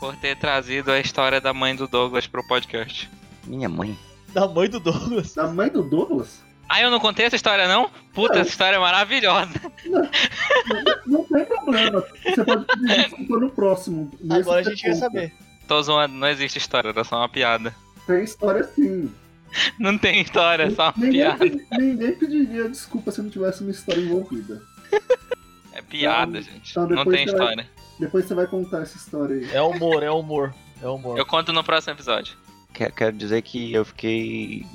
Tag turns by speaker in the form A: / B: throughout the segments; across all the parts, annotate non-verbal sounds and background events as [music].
A: por ter trazido a história da mãe do Douglas pro podcast.
B: Minha mãe.
C: Da mãe do Douglas.
D: Da mãe do Douglas?
A: Ah, eu não contei essa história, não? Puta,
D: Não.
A: essa história é maravilhosa. [laughs]
D: Não tem problema. Você pode pedir
C: [laughs]
D: desculpa no próximo. Nesse
C: Agora a gente
D: você
C: quer
D: conta.
C: saber.
A: Tô zoando, não existe história, era só uma piada. [laughs]
D: Tem história sim.
A: Não tem história, é só uma
D: ninguém,
A: piada.
D: pedi- ninguém pediria desculpa se não tivesse uma história envolvida.
A: É piada,
D: Então,
A: gente.
D: então
A: Não
D: depois
A: tem
D: você vai-
A: história.
D: Depois você vai contar essa história aí.
C: É humor, é humor. É humor.
A: Eu conto no próximo episódio.
B: Que- Quero dizer que eu fiquei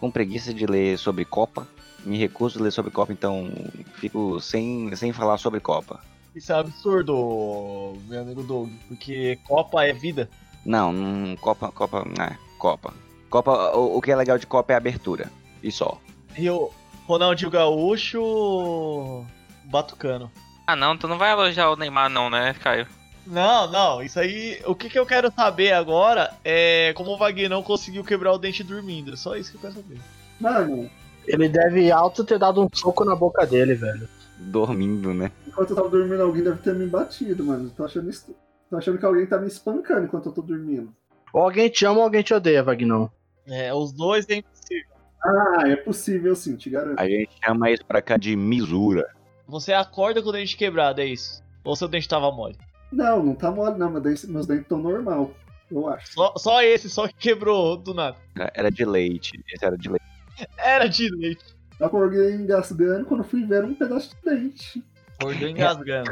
B: com preguiça de ler sobre Copa. Me recuso a ler sobre Copa, então fico sem, sem falar sobre Copa.
C: Isso é um absurdo, meu amigo Doug. Porque Copa é vida.
B: Não, não Copa, Copa, né? Copa. Copa, o, o que é legal de Copa é a abertura. E só.
C: E o Ronaldinho Gaúcho. Batucano.
A: Ah, não, tu não vai elogiar o Neymar, não, né, Caio?
C: Não, não, isso aí. O que, que eu quero saber agora é como o Vagueirão conseguiu quebrar o dente dormindo. Só isso que eu quero saber.
D: Mano,
E: Ele deve alto ter dado um soco na boca dele, velho.
B: Dormindo, né?
D: enquanto eu tava dormindo, alguém deve ter me batido, mano. Tô achando isso. Tô achando que alguém tá me espancando enquanto eu tô dormindo.
E: Ou alguém te ama ou alguém te odeia, Vagnão.
C: É, os dois têm.
D: Ah, é possível sim, te garanto.
B: A gente chama isso pra cá de misura.
C: Você acorda com o dente quebrado, é isso. Ou seu dente tava mole.
D: Não, não tá mole, não. Meus dentes- meus dentes estão normal, eu acho.
C: Só, só esse, só que quebrou do nada.
B: Era- Era de leite. Esse era de
C: [laughs]
B: leite.
C: Era de leite.
D: Eu acordei engasgando quando fui ver era um pedaço de dente.
C: Acordou engasgando.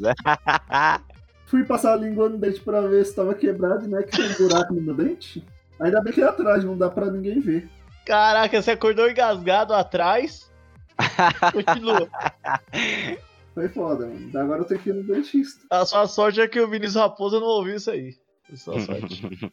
B: né?
D: Fui passar a língua no dente pra ver se tava quebrado e não é que tem um buraco no meu dente. Ainda bem que é atrás, não dá pra ninguém ver.
C: Caraca, você acordou engasgado atrás. Continua.
D: Foi foda, mano. Agora eu tenho que ir no dentista.
C: A sua sorte é que o Vinícius Raposa não ouviu isso aí. É só sorte.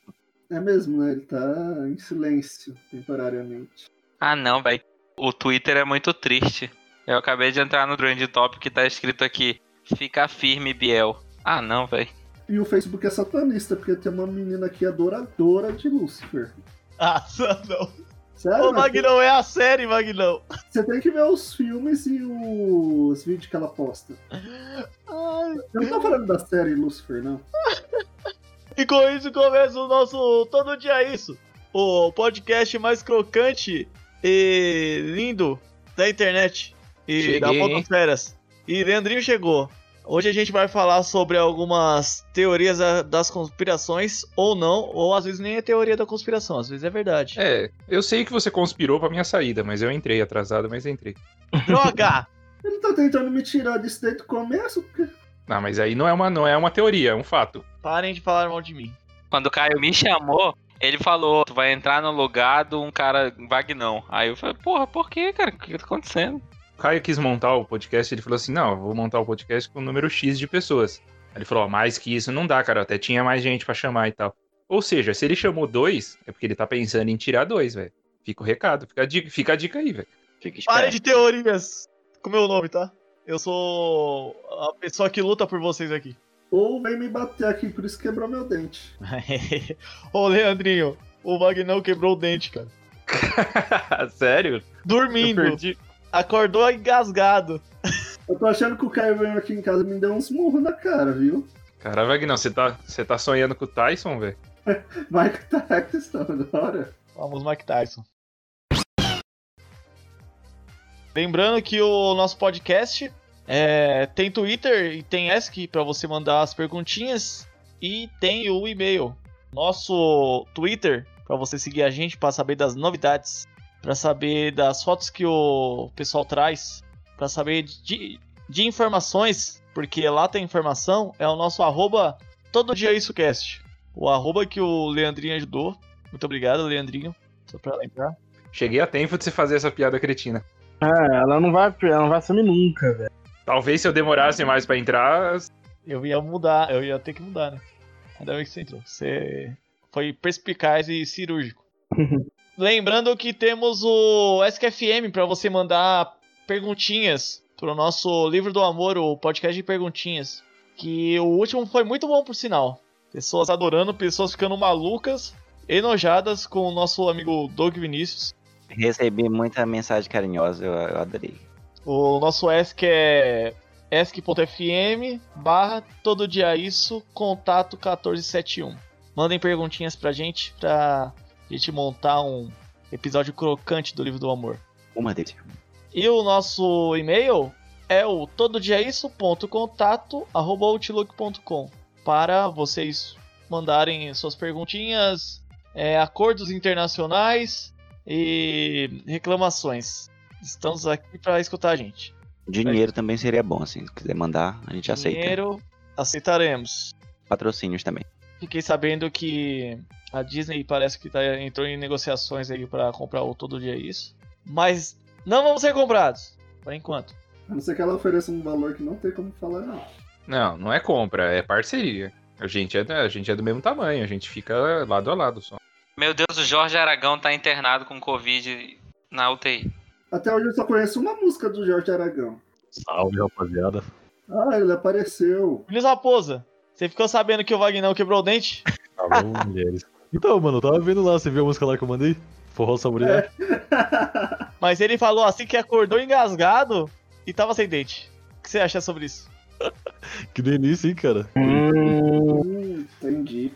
D: É mesmo, né? Ele tá em silêncio temporariamente.
A: Ah, não, velho. O Twitter é muito triste. Eu acabei de entrar no Trend Top que tá escrito aqui: Fica firme, Biel. Ah, não, velho.
D: E o Facebook é satanista, porque tem uma menina aqui adoradora de Lúcifer.
C: ah, só não.
D: Sério?
C: Ô,
D: mano,
C: Magnão, é a série, Magnão.
D: Você tem que ver os filmes e os vídeos que ela posta.
C: Ai.
D: Eu não tô falando da série Lúcifer, não.
C: E com isso começa o nosso Todo Dia Isso, o podcast mais crocante e lindo da internet e
B: Cheguei,
C: da
B: hein?
C: Fotosferas. E Leandrinho chegou. Hoje a gente vai falar sobre algumas teorias da- das conspirações, ou não, ou às vezes nem é teoria da conspiração, às vezes é verdade.
F: É, eu sei que você conspirou pra minha saída, mas eu entrei atrasado, mas entrei.
C: Droga!
D: Ele tá tentando me tirar disso desde o começo, porque
F: Não, mas aí não é uma, não é uma teoria, é um fato.
C: [laughs] Parem de falar mal de mim.
A: Quando o Caio me chamou, ele falou: Tu vai entrar no lugar de um cara vagnão. Aí eu falei: Porra, por quê, cara? O que tá acontecendo?
F: O Caio quis montar o podcast, ele falou assim: não, eu vou montar o podcast com o número X de pessoas. Aí ele falou: ó, mais que isso não dá, cara, até tinha mais gente pra chamar e tal. Ou seja, se ele chamou dois, é porque ele tá pensando em tirar dois, velho. Fica o recado, fica a dica, fica a dica aí, velho.
B: Fica
C: Parem
B: esperto.
C: de teorias com meu nome, tá? Eu sou a pessoa que luta por vocês aqui.
D: ou vem me bater aqui, por isso quebrou meu dente.
C: [laughs] Ô, Leandrinho, o Magnão quebrou o dente, cara.
F: [laughs] Sério? Eu
C: Dormindo.
F: perdi.
C: Acordou engasgado.
D: Eu tô achando que o Caio veio aqui em casa e me deu uns murros na cara, viu?
F: Cara, Vagnão, você tá, você tá sonhando com o Tyson, velho?
D: Vai que [laughs] tá a questão agora.
C: Vamos, Mike Tyson. Lembrando que o nosso podcast é, tem Twitter e tem ESC pra você mandar as perguntinhas e tem o e-mail. Nosso Twitter pra você seguir a gente pra saber das novidades, pra saber das fotos que o pessoal traz, pra saber de, de informações, porque lá tem informação, é o nosso arroba todo dia isso cast. O arroba que o Leandrinho ajudou. Muito obrigado, Leandrinho. Só pra lembrar.
F: Cheguei a tempo de você fazer essa piada cretina.
E: É, ela não vai, ela não vai sumir nunca, velho.
F: Talvez se eu demorasse mais pra entrar,
C: Eu ia mudar, eu ia ter que mudar, né? Ainda bem que você entrou. Você foi perspicaz e [laughs] cirúrgico. Lembrando que temos o SKFM pra você mandar perguntinhas pro nosso Livro do Amor, o podcast de perguntinhas. Que o último foi muito bom, por sinal. Pessoas adorando, pessoas ficando malucas, enojadas com o nosso amigo Doug Vinícius.
B: Recebi muita mensagem carinhosa, eu, eu adorei.
C: O nosso ESC é esc.fm barra todo dia isso, contato 1471. Mandem perguntinhas pra gente, pra gente montar um episódio crocante do Livro do Amor.
B: Uma delícia.
C: E o nosso e-mail é o tododiaisso.contato@outlook.com para vocês mandarem suas perguntinhas, é, acordos internacionais e reclamações. Estamos aqui para escutar a gente.
B: Dinheiro também seria bom, assim. Se quiser mandar, a gente aceita.
C: Dinheiro aceitaremos.
B: Patrocínios também.
C: Fiquei sabendo que a Disney parece que tá, entrou em negociações aí para comprar o Todo Dia Isso, mas não vamos ser comprados por enquanto.
D: A não ser que ela ofereça um valor que não tem como falar, não.
F: Não, não é compra, é parceria. A gente é, da- a gente é do mesmo tamanho, a gente fica lado a lado só.
A: Meu Deus, o Jorge Aragão tá internado com Covid na UTI.
D: Até hoje eu só conheço uma música do Jorge Aragão.
G: Salve, rapaziada.
D: Ah, ele apareceu.
C: Luiz Raposa, você ficou sabendo que o Vagnão quebrou o dente? [laughs]
G: Alô, mulheres. Então, mano, eu tava vendo lá, você viu a música lá que eu mandei? Forró Samurai.
C: Mas ele falou assim que acordou engasgado e tava sem dente. O que você acha sobre isso?
G: Que delícia, hein, cara?
D: Hum, entendi.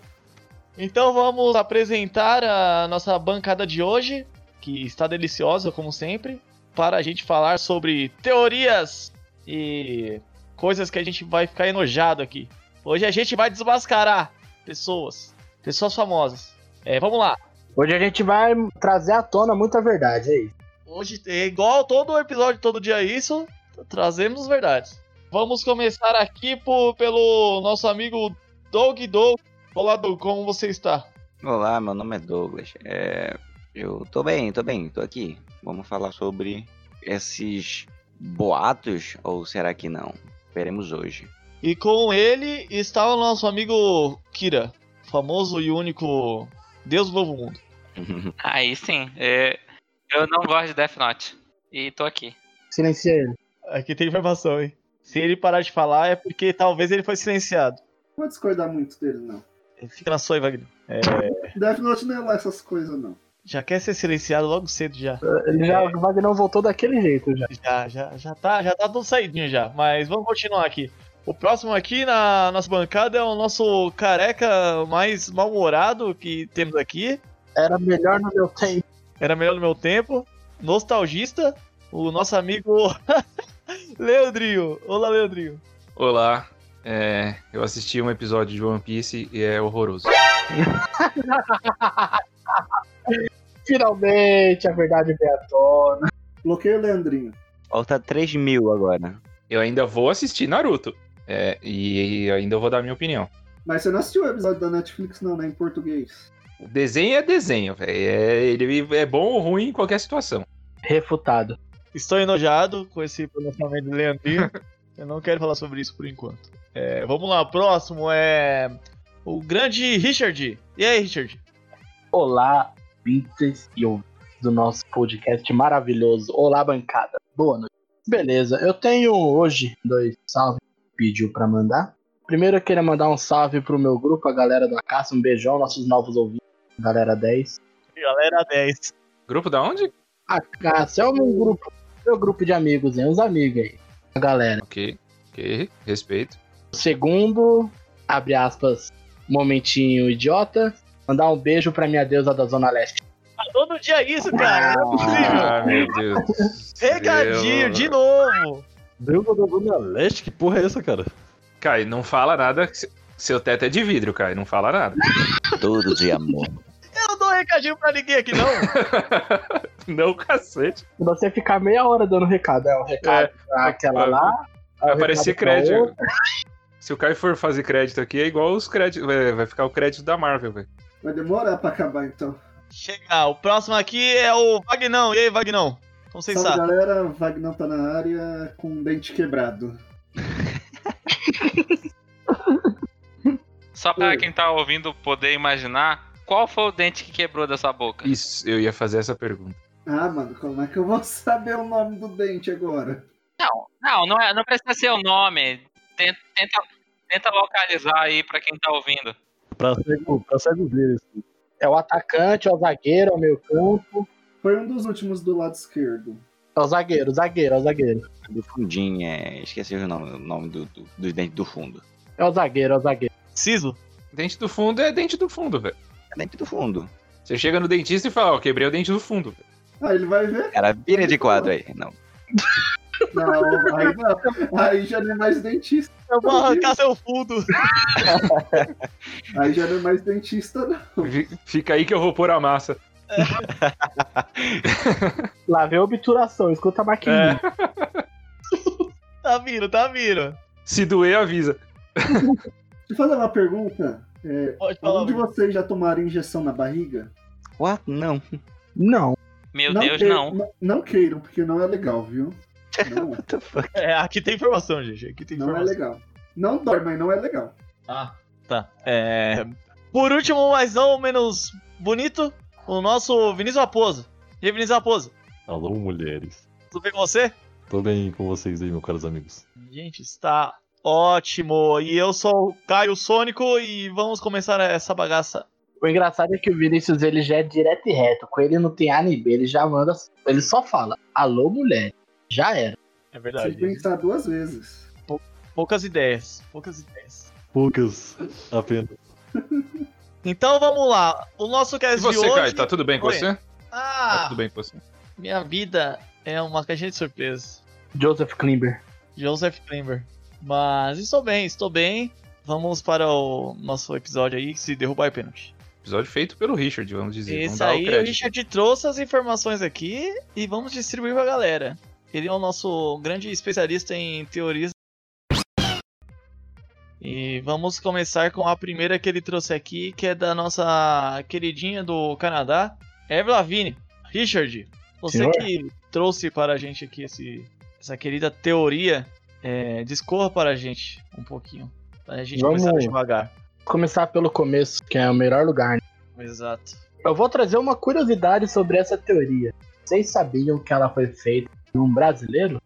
C: Então vamos apresentar a nossa bancada de hoje, que está deliciosa como sempre, para a gente falar sobre teorias e coisas que a gente vai ficar enojado aqui. Hoje a gente vai desmascarar pessoas, pessoas famosas. É, vamos lá.
E: Hoje a gente vai trazer à tona muita verdade, é isso.
C: Hoje é igual todo episódio, todo dia é isso, trazemos verdades. Vamos começar aqui por- pelo nosso amigo Doug Doug. Olá, Doug, como você está?
B: Olá, meu nome é Douglas. É, eu tô bem, tô bem, tô aqui. Vamos falar sobre esses boatos, ou será que não? Veremos hoje. [laughs]
C: E com ele está o nosso amigo Kira, famoso e único Deus do Novo Mundo.
A: Aí sim, é, eu não gosto de Death Note. E tô aqui.
E: Silencia ele.
C: Aqui tem informação, hein? Se ele parar de falar é porque talvez ele foi silenciado.
D: Não vou discordar muito dele, não.
C: Fica na sua aí, Wagner. É,
D: Death Note não é lá essas coisas, não.
C: já quer ser silenciado logo cedo já.
E: Ele já, o Wagner voltou daquele jeito já.
C: Já, já, já tá, já tá tudo saidinho já. Mas vamos continuar aqui. O próximo aqui na nossa bancada é o nosso careca mais mal-humorado que temos aqui.
E: Era melhor no meu tempo.
C: Era melhor no meu tempo. Nostalgista, o nosso amigo [laughs] Leandrinho. Olá, Leandrinho.
F: Olá, é, eu assisti um episódio de One Piece e é horroroso.
E: Finalmente a verdade veio à tona.
D: Bloqueio o Leandrinho.
B: Falta 3 mil agora.
F: Eu ainda vou assistir Naruto. É, e, e ainda vou dar minha opinião.
D: Mas você não assistiu o episódio da Netflix, não, né? Em português.
F: O desenho é desenho, velho. É, ele é bom ou ruim em qualquer situação.
E: Refutado.
C: Estou enojado com esse pronunciamento do Leandrinho. Eu não quero falar sobre isso por enquanto. É, vamos lá, próximo é o grande Richard. E aí, Richard?
E: Olá, ouvintes e ouvintes do nosso podcast maravilhoso. Olá, bancada. Boa noite. Beleza, eu tenho hoje dois salve que pediu pra mandar. Primeiro eu queria mandar um salve pro meu grupo, a galera da caça, um beijão, nossos novos ouvintes, galera 10.
C: Galera 10.
F: Grupo da onde?
E: A caça é o meu grupo, meu grupo de amigos, hein? Os amigos aí, a galera.
F: Ok, ok, respeito.
E: Segundo, abre aspas, momentinho idiota, mandar um beijo pra minha deusa da Zona Leste.
C: Todo Tá dia isso, cara. Não é possível.
F: Ah, meu Deus. do céu.
C: Recadinho, de novo.
G: Deusa da Zona Leste? Que porra é essa, cara?
F: Kai, não fala nada. que se- Seu teto é de vidro, Kai, não fala nada. [laughs]
B: Tudo de
C: [laughs]
B: amor.
C: Eu não dou recadinho pra ninguém aqui, não.
F: não, cacete.
E: Se você ficar meia hora dando recado, é o
F: Ah,
E: recado pra aquela lá. é o
F: Vai aparecer
E: recado pra outra.
F: crédito. Se o Kai for fazer crédito aqui, é igual os créditos. Vai vai ficar o crédito da Marvel, velho.
D: Vai demorar pra acabar, então.
C: Chega, o próximo aqui é o Vagnão. E aí, Vagnão? Como você
D: Salve,
C: está?
D: galera. Vagnão tá na área com o dente quebrado.
A: Só pra quem tá ouvindo poder imaginar, qual foi o dente que quebrou dessa boca?
F: Isso, eu ia fazer essa pergunta.
D: Ah, mano, como é que eu vou [laughs] saber o nome do dente agora?
A: Não, não, é, não precisa ser o nome. Tenta, tenta, tenta localizar aí pra quem tá ouvindo.
G: Pra cego, pra cego ver isso.
E: É o atacante, é o zagueiro, é o meio campo.
D: Foi um dos últimos do lado esquerdo.
E: É o zagueiro, o zagueiro, é o zagueiro.
B: Do fundinho, é. Esqueci o nome, o nome do, do, dos dentes do fundo.
E: É o zagueiro, é o zagueiro.
C: Siso.
F: Dente do fundo é dente do fundo, velho.
B: É dente do fundo.
F: Você chega no dentista e fala, ó, quebrei o dente do fundo. velho.
D: Aí ele vai ver.
B: Era vira de quadro aí. Não.
D: Não, aí não. Aí já não é mais dentista.
C: Eu vou arrancar seu fundo.
D: Aí já não é mais dentista, não.
F: Vi- Fica aí que eu vou pôr a massa.
E: Lá vem a obturação, escuta a
F: É,
E: maquininha.
C: Tá vindo, tá vindo.
F: Se doer, avisa.
D: Deixa eu fazer uma pergunta. É,
C: Pode falar.
D: algum de vocês já tomaram injeção na barriga?
B: What? Não.
E: Não.
A: Meu
D: não
A: Deus,
D: quei-
A: não.
D: n- Não queiram, porque não é legal, viu? Não é,
A: [laughs]
B: What the fuck?
C: É, aqui tem informação, gente. Aqui tem
D: não é
C: informação.
D: legal. Não dói, mas não é legal.
C: Ah, tá. É... Por último, mas não menos bonito, o nosso Vinícius Raposo. E aí, Vinícius Raposo,
G: Alô, mulheres.
C: tudo bem com você?
G: Tô bem com vocês aí, meus caros amigos.
C: Gente, está ótimo. E eu sou o Caio Sônico e vamos começar essa bagaça.
E: O engraçado é que o Vinícius ele já é direto e reto. Com ele não tem A nem B, ele já manda. assim. Ele só fala: Alô, mulher. Já era.
C: É
D: Vocês pensar duas vezes.
C: Poucas ideias, poucas ideias.
G: Poucas apenas.
C: Então vamos lá. O nosso
F: E
C: cast de
F: você,
C: hoje...
F: Caio, tá tudo bem com
C: Oi.
F: você? Tá
C: Ah,
F: tudo bem com você.
C: minha vida é uma caixinha de surpresa.
E: Joseph Klimber.
C: Joseph Klimber. Mas estou bem, estou bem. Vamos para o nosso episódio aí, se derrubar é pênalti.
F: Episódio feito pelo Richard, vamos dizer. vamos
C: Isso
F: dar o
C: aí, o
F: crédito.
C: Richard trouxe as informações aqui e vamos distribuir pra galera. Ele é o nosso grande especialista em teorias. E vamos começar com a primeira que ele trouxe aqui, que é da nossa queridinha do Canadá, Eve Lavigne. Richard, você
E: Senhor?
C: que trouxe para a gente aqui esse, essa querida teoria, é, discorra para a gente um pouquinho. Pra gente
E: Vamos.
C: começar devagar.
E: Começar pelo começo, que é o melhor lugar. né?
C: Exato.
E: Eu vou trazer uma curiosidade sobre essa teoria. Vocês sabiam que ela foi feita por um brasileiro?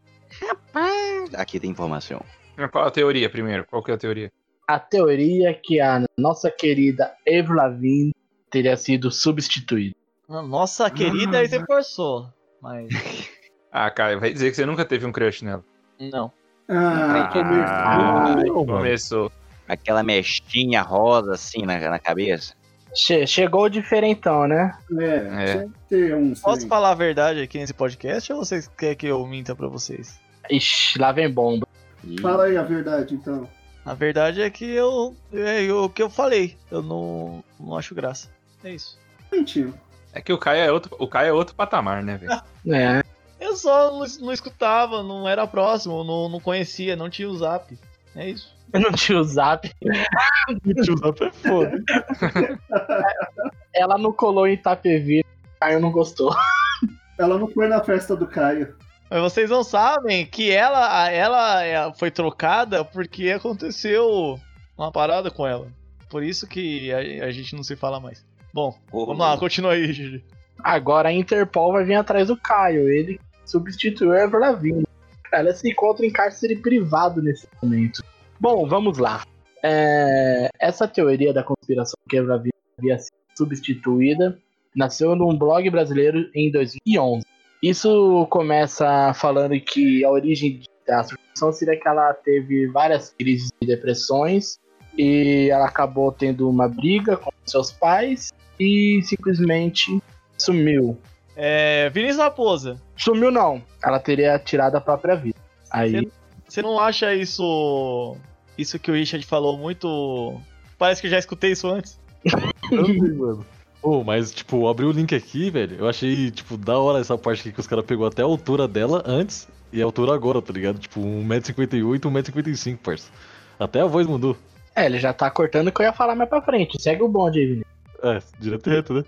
B: Aqui tem informação.
F: Qual a teoria primeiro? Qual que é a teoria?
E: A teoria que a nossa querida Eve Lavigne teria sido substituída.
C: Nossa querida, aí
E: Ah.
C: você forçou. Mas.
F: Ah, Caio, vai dizer que você nunca teve um crush nela.
C: Não.
D: Ah,
B: Ah.
D: começou.
G: Não, mano.
F: Começou.
B: Aquela mexinha rosa assim na, na cabeça.
E: Che- chegou o diferentão, né?
D: É,
F: É.
D: tinha que ter uns.
C: Posso
D: né?
C: falar a verdade aqui nesse podcast ou vocês querem que eu minta pra vocês?
E: Ixi, lá vem bomba.
B: E
D: Fala aí a verdade, então.
C: A verdade é que eu. É eu- o que eu falei. Eu não, não acho graça. É isso.
D: Mentira.
F: É que o Caio é outro, o Caio é outro patamar, né, velho?
E: É.
C: Eu só não, es- não escutava, não era próximo, não, não conhecia, não tinha o zap. É isso.
E: Eu não tinha o zap.
G: Tio Zap é foda.
E: Ela não colou em Itapevi, Caio não gostou.
D: Ela não foi na festa do Caio.
C: [laughs] Mas vocês não sabem que ela, a- ela é, foi trocada porque aconteceu uma parada com ela. Por isso que a, a gente não se fala mais. Bom, vamos lá, continua aí, Gigi.
E: Agora a Interpol vai vir atrás do Caio, ele substituiu a Ever Lavigne. Ela se encontra em cárcere privado nesse momento. Bom, vamos lá. É, essa teoria da conspiração que a Ever Lavigne havia sido substituída nasceu num blog brasileiro em 2011. Isso começa falando que a origem da substituição seria que ela teve várias crises de depressões e ela acabou tendo uma briga com seus pais e simplesmente Sumiu.
C: É, Vinícius Raposa.
E: Sumiu não. Ela teria tirado a própria vida. Aí.
C: Você não acha isso. Isso que o Richard falou muito. Parece que eu já escutei isso antes.
G: Também, mano. Pô, mas, tipo, abri o link aqui, velho. Eu achei, tipo, da hora essa parte aqui que os caras pegou até a altura dela antes e a altura agora, tá ligado? Tipo, 1,58m, 1,55m, parça. Até a voz mudou.
E: É, ele já tá cortando que eu ia falar mais pra frente. Segue o bonde aí, Vinícius.
G: É, direto e reto, né?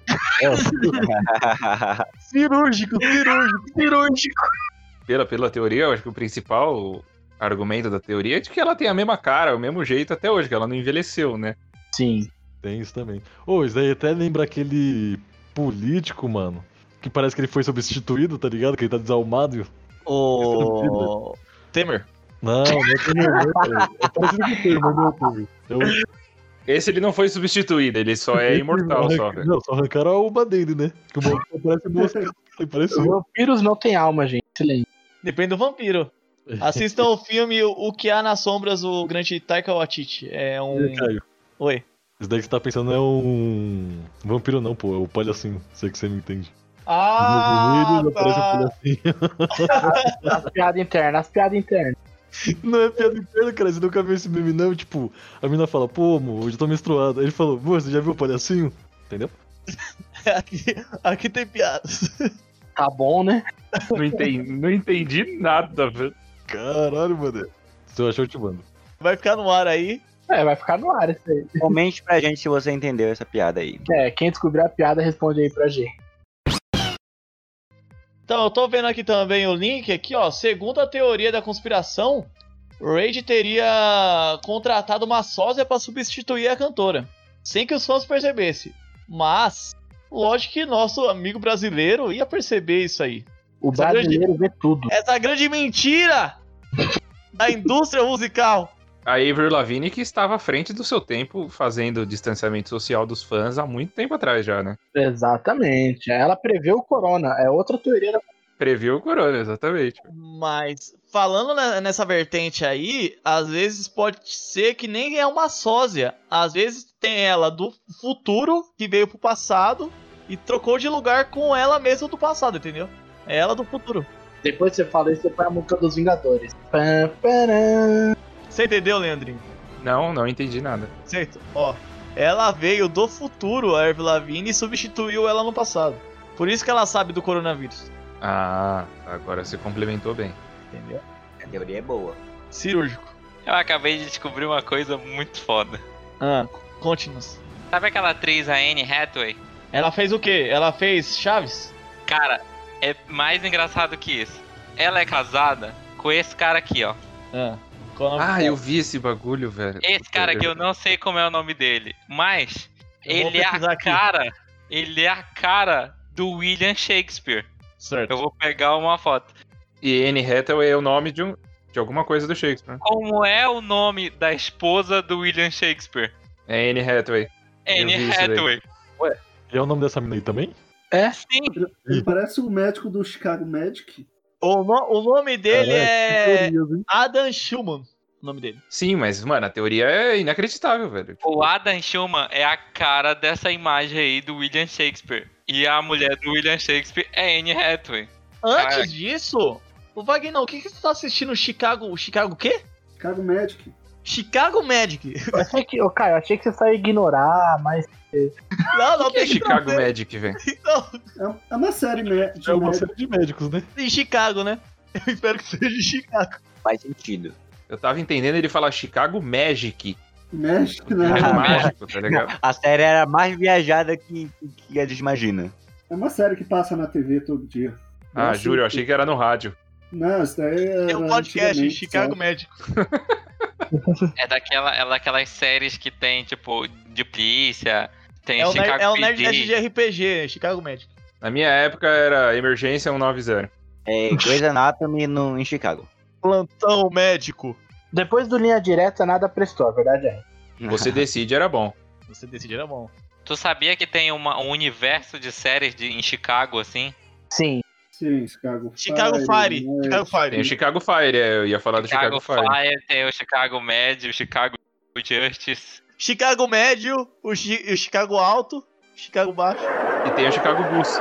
B: [laughs]
C: Cirúrgico, cirúrgico.
E: Cirúrgico.
F: Pela, pela teoria, eu acho que o principal argumento da teoria é de que ela tem a mesma cara, o mesmo jeito até hoje, que ela não envelheceu, né?
E: Sim.
G: Tem isso também. Ô, isso daí até lembra aquele político, mano. Que parece que ele foi substituído, tá ligado? Que ele tá desalmado.
C: O. Temer.
G: Não, não é Temer, não, cara. É parecido com o Temer, não é o Temer. É o
F: Esse ele não foi substituído, ele só é imortal só, velho.
D: [laughs]
G: Não, só arrancaram a alma dele, né? Que o maluco parece mosca. Tem parecido.
E: Os vampiros não têm alma, gente. Se lembra.
C: [laughs] Depende do vampiro. Assistam o filme O Que Há nas Sombras, o grande Taika Waititi. É um...
G: Ih, Caio,
C: Oi.
G: Esse daí que você tá pensando é um. Vampiro não, pô, é o palhacinho. Sei que você me entende. é
C: Ah,
G: No vermelho, aparece
C: tá.
G: o um palhacinho. [laughs]
E: As piadas internas, as piadas internas.
G: Não é piada interna, cara. Você nunca viu esse meme, não? Tipo, a mina fala, pô, amor, hoje eu tô menstruada. Aí Ele falou, amor, você já viu o palhacinho? Entendeu?
C: [laughs] Aqui, aqui tem piadas.
E: Tá bom, né?
F: Não entendi, não entendi nada, velho.
G: Caralho, mano. Se eu achar, eu te mando.
C: Vai ficar no ar aí.
E: É, vai ficar no ar isso aí.
B: Comente pra gente se você entendeu essa piada aí.
E: É, quem descobrir a piada responde aí pra gente.
C: Então, eu tô vendo aqui também o link aqui, ó. Segundo a teoria da conspiração, Rage teria contratado uma sósia pra substituir a cantora, sem que os fãs percebessem. Mas, lógico que nosso amigo brasileiro ia perceber isso aí.
E: O
C: Sabe onde-
E: brasileiro vê tudo.
C: Essa grande mentira da indústria musical.
F: A Avril Lavigne que estava à frente do seu tempo, fazendo o distanciamento social dos fãs há muito tempo atrás já, né?
E: Exatamente. Ela prevê o corona. É outra teoria da
F: Previu o corona, exatamente.
C: Mas, falando ne- nessa vertente aí, às vezes pode ser que nem é uma sósia. Às vezes tem ela do futuro, que veio pro passado, e trocou de lugar com ela mesma do passado, entendeu? É ela do futuro.
E: Depois você fala isso, você põe a música dos Vingadores. Pam, param.
C: Você entendeu, Leandrinho?
F: Não, não entendi nada.
C: Certo? Ó, ela veio do futuro, a Erv Lavigne, e substituiu ela no passado. Por isso que ela sabe do coronavírus,
F: Ah, agora você complementou bem.
C: entendeu?
B: A teoria é boa.
C: Cirúrgico.
A: Eu acabei de descobrir uma coisa muito foda.
C: Ah, conte-nos.
A: Sabe aquela atriz, a Anne Hathaway?
C: Ela fez o quê? Ela fez Chaves?
A: Cara, é mais engraçado que isso. Ela é casada com esse cara aqui, ó.
C: Ah, qual o nome
F: Ah,
C: dela?
F: eu vi esse bagulho, velho.
A: Esse cara aqui, eu não sei como é o nome dele, mas
C: Eu vou
A: ele é
C: pesquisar
A: a
C: aqui.
A: cara. Ele é a cara do William Shakespeare.
C: Certo.
A: Eu vou pegar uma foto.
F: E Anne Hathaway é o nome de, um, de alguma coisa do Shakespeare.
A: Como é o nome da esposa do William Shakespeare?
F: É Anne Hathaway. Eu
A: Anne
F: vi isso daí.
A: Hathaway.
G: E é o nome dessa mina aí também?
A: Sim,
D: Ele parece o médico do Chicago Magic.
C: O, no- o nome dele
G: Caralho,
C: é
G: Teorias, hein?
C: Adam Schumann. O nome dele.
F: Sim, mas, mano, a teoria é inacreditável, velho. Tipo,
A: o Adam Schumann é a cara dessa imagem aí do William Shakespeare. E a mulher do William Shakespeare é Anne Hathaway.
C: Antes
A: Caraca.
C: disso, o Wagner, o que, que você tá assistindo? Chicago. Chicago o quê?
D: Chicago Magic.
C: Chicago Magic. [laughs]
E: Eu achei que, ô, Caio, eu achei que você só ia ignorar, mas
C: Não, não
F: O que é
C: tem
F: Chicago
C: trazer.
F: Magic, velho?
C: Então,
D: É, é uma série né, de
G: É uma
D: médico.
G: série de médicos, né?
C: em Chicago, né? [laughs] Eu espero que seja em Chicago.
B: Faz sentido.
F: Eu tava entendendo ele falar Chicago Magic.
D: Magic,
F: [laughs]
D: né?
F: Chicago
B: Ah.
F: Mágico, tá ligado?
B: A série era mais viajada que, que a gente imagina.
D: É uma série que passa na TV todo dia.
F: Ah,
D: Nossa,
F: juro, eu achei que era no rádio.
D: Não, isso daí era
C: Tem um podcast em
D: antigamente,
C: Chicago
D: sabe?
C: Magic.
A: É daquela, é daquelas séries que tem, tipo, de polícia, tem
C: É o, ner-
A: Chicago
C: é o
A: PD.
C: Nerdcast de RPG, é Chicago Magic.
F: Na minha época era Emergência 190.
B: É Grey's Anatomy no, em Chicago.
C: Plantão médico.
E: depois do linha direta nada prestou, a verdade é.
B: [laughs]
F: Você decide, era bom.
C: Você decidir é bom.
A: Tu sabia que tem uma- um universo de séries de- em Chicago, assim?
E: Sim.
D: Sim, Chicago
C: Chicago Fire. Chicago
D: né?
F: Tem o
C: Fire.
F: Chicago Fire, é, eu ia falar do Chicago, Fire.
A: tem o Chicago Med, o Chicago Justice.
C: Chicago Médio, o, Chi- o Chicago Alto, Chicago Baixo.
F: E tem o Chicago Bulls,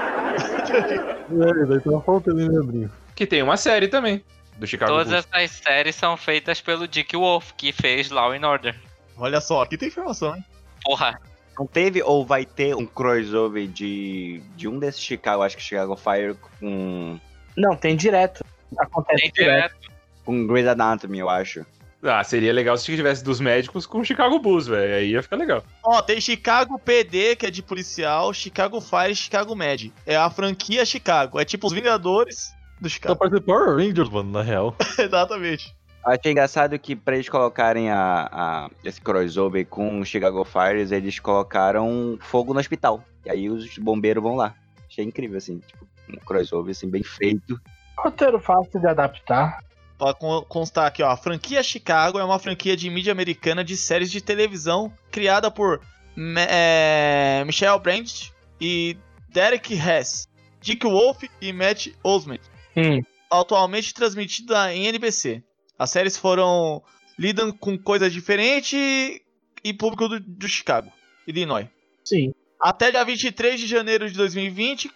G: É, daí tava faltando, hein, Leandrinho?
F: que tem uma série também do Chicago
A: Todas
F: Bulls.
A: essas séries são feitas pelo Dick Wolf, que fez Law and Order.
C: Olha só, aqui tem informação, hein?
A: Porra,
B: Não teve ou vai ter um crossover de, de um desses Chicago, acho que Chicago Fire com,
E: Não, tem direto.
F: É
E: Acontece
A: tem
E: direto.
A: direto.
B: com Grey's Anatomy, eu acho.
F: Ah, seria legal se tivesse dos médicos com o Chicago Bulls, velho. Aí ia ficar legal.
C: Ó, tem Chicago PD, que é de policial, Chicago Fire, Chicago Med. É a franquia Chicago. É tipo os Vingadores do
G: Tá
C: Chicago.
G: parecendo Power Rangers, mano, na real.
C: Exatamente.
B: Eu Achei engraçado que pra eles colocarem a, a- esse crossover com o Chicago Fires, eles colocaram fogo no hospital. E aí os bombeiros vão lá. Achei incrível, assim, tipo, um crossover assim, bem feito.
E: Roteiro fácil de adaptar.
C: Pra con- constar aqui, ó. A franquia Chicago é uma franquia de mídia americana de séries de televisão criada por Me- é, Michelle Brandt e Derek Hess. Dick Wolf e Matt Osman.
E: Hum.
C: Atualmente transmitida em NBC. As séries foram lidam com coisas diferentes e público do, do Chicago, Illinois.
E: Sim.
C: Até dia 23 de janeiro de 2020,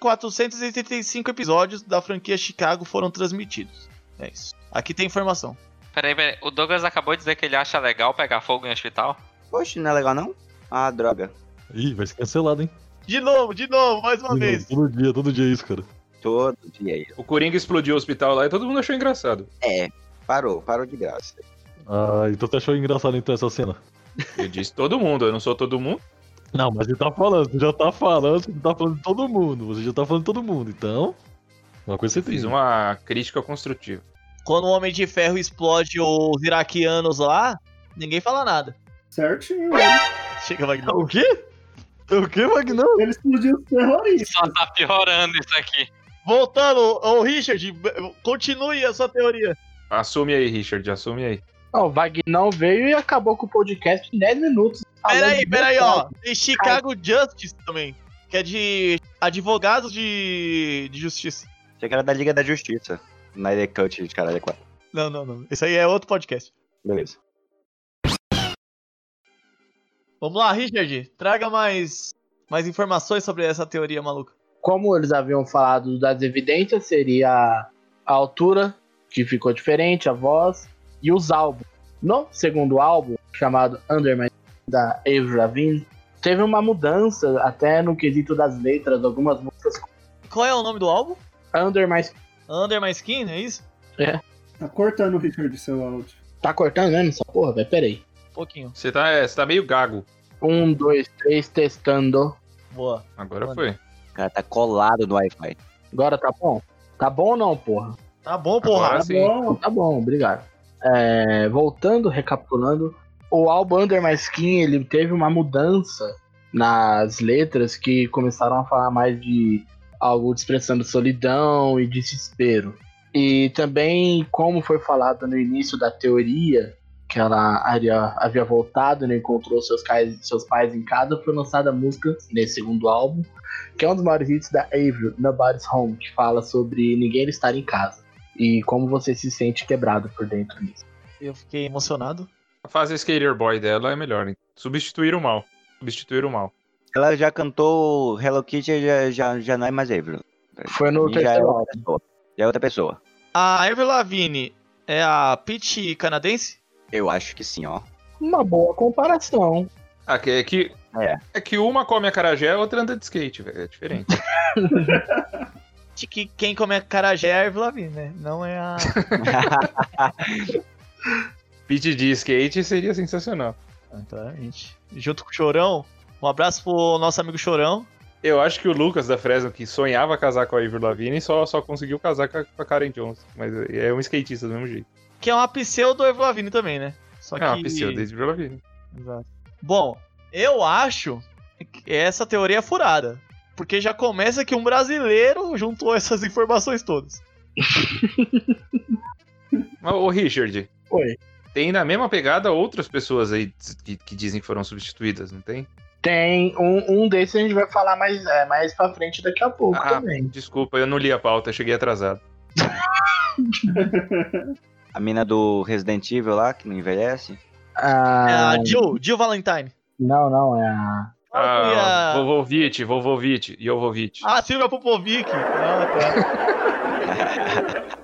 C: 485 episódios da franquia Chicago foram transmitidos. É isso. Aqui tem informação.
A: Peraí, peraí. O Douglas acabou de dizer que ele acha legal pegar fogo em
F: [laughs]
A: hospital?
B: Poxa, não é legal não? Ah, droga.
G: Ih, vai ser cancelado, hein?
C: De novo, de novo, mais uma vez.
G: Todo dia, todo dia é isso, cara.
B: Todo dia aí.
F: O Coringa explodiu o hospital lá e todo mundo achou engraçado.
B: É, parou, parou de graça.
G: Ah, então você achou engraçado então essa cena?
F: Eu disse todo mundo, eu não sou todo mundo.
G: Não, mas ele tá falando, você já tá falando, você tá falando de todo mundo, você já tá falando de todo mundo, então. Uma coisa você
F: Fiz
G: fez.
F: uma crítica construtiva.
C: Quando o Homem de Ferro explode os iraquianos lá, ninguém fala nada.
D: Certinho.
C: Chega, Magnão.
G: O quê? O quê, Magnão?
D: Ele explodiu os terroristas.
A: Só tá piorando isso aqui.
C: Voltando, ô Richard, continue a sua teoria.
F: Assume aí, Richard, assume aí.
E: Ó, o Vagnão veio e acabou com o podcast em 10 minutos.
C: Peraí,
E: Falando
C: peraí, ó.
E: detalhe.
C: Tem Chicago Justice também, que é de advogados de, de justiça.
B: Achei que era da Liga da Justiça. Na Ilha Cut de caralho 4.
C: Não, não, não. Esse aí é outro podcast.
B: Beleza.
C: Vamos lá, Richard, traga mais, mais informações sobre essa teoria maluca.
E: Como eles haviam falado das evidências, seria a altura, que ficou diferente, a voz e os álbuns. No segundo álbum, chamado Under My da Avril Lavigne, teve uma mudança até no quesito das letras, algumas músicas
C: Qual é o nome do álbum?
E: Under My
C: Under My Skin, é isso?
D: Tá cortando o Richard seu áudio.
E: Tá cortando mesmo essa porra, velho? Peraí.
C: Um pouquinho.
F: Você tá, é, você tá meio gago.
E: Um, dois, três, testando.
C: Boa.
F: Agora
C: Mano.
F: foi.
B: O cara tá colado no Wi-Fi.
E: Agora tá bom? Tá bom ou não, porra?
C: Tá bom, porra.
F: Agora
D: Tá
F: Ah, sim.
D: bom.
E: Tá bom, obrigado. É, voltando, recapitulando. O álbum Under My Skin, ele teve uma mudança nas letras que começaram a falar mais de algo expressando solidão e desespero. E também, como foi falado no início da teoria, que ela havia, havia voltado e não encontrou seus, cais- seus pais em casa, foi lançada a música nesse segundo álbum, que é um dos maiores hits da Avril, Nobody's Home, que fala sobre ninguém estar em casa e como você se sente quebrado por dentro disso.
C: Eu fiquei emocionado.
F: A fase Skater Boy dela é melhor. hein? Substituir o mal. Substituir o mal.
B: Ela já cantou Hello Kitty já, já, já não é mais Avril.
E: Foi no
B: E já é
E: terceiro álbum.
B: outra pessoa. Já é outra pessoa.
C: A Avril Lavigne é a Peach canadense?
B: Eu acho que sim, ó.
E: Uma boa comparação.
F: Ah, que- é que.
B: É.
F: É que uma come a carajé, a outra anda de skate, velho. É diferente.
C: De que quem come carajé é a Avril Lavigne, né? Não é a...
F: Pit de skate seria sensacional.
C: Exatamente. Junto com o Chorão. Um abraço pro nosso amigo Chorão.
F: Eu acho que o Lucas da Fresno, que sonhava casar com a Ivor Lavigne, só, só conseguiu casar com a, com a Karen Johnson. Mas é um skatista do mesmo jeito.
C: Que é uma pseudo Avril Lavigne também, né? Só
F: Ah, pseudo da Ivor Lavigne.
C: Exato. Bom, eu acho que essa teoria é furada. Porque já começa que um brasileiro juntou essas informações todas.
F: Mas, ô, Richard,
E: Oi.
F: tem na mesma pegada outras pessoas aí que, que dizem que foram substituídas, não tem?
E: Tem um, um desses a gente vai falar mais, é, mais pra frente daqui a pouco
F: Ah.
E: também.
F: Desculpa, eu não li a pauta, cheguei atrasado.
B: A mina do Resident Evil lá, que não envelhece.
C: É
E: Ah,
C: a Jill, Jill Valentine.
E: Não, não, é a.
C: Ah, e
F: Ah,
C: a-
F: Vovovite, Vovovite, Jovovich.
C: Ah, Silvia Popovic. Ah, tá.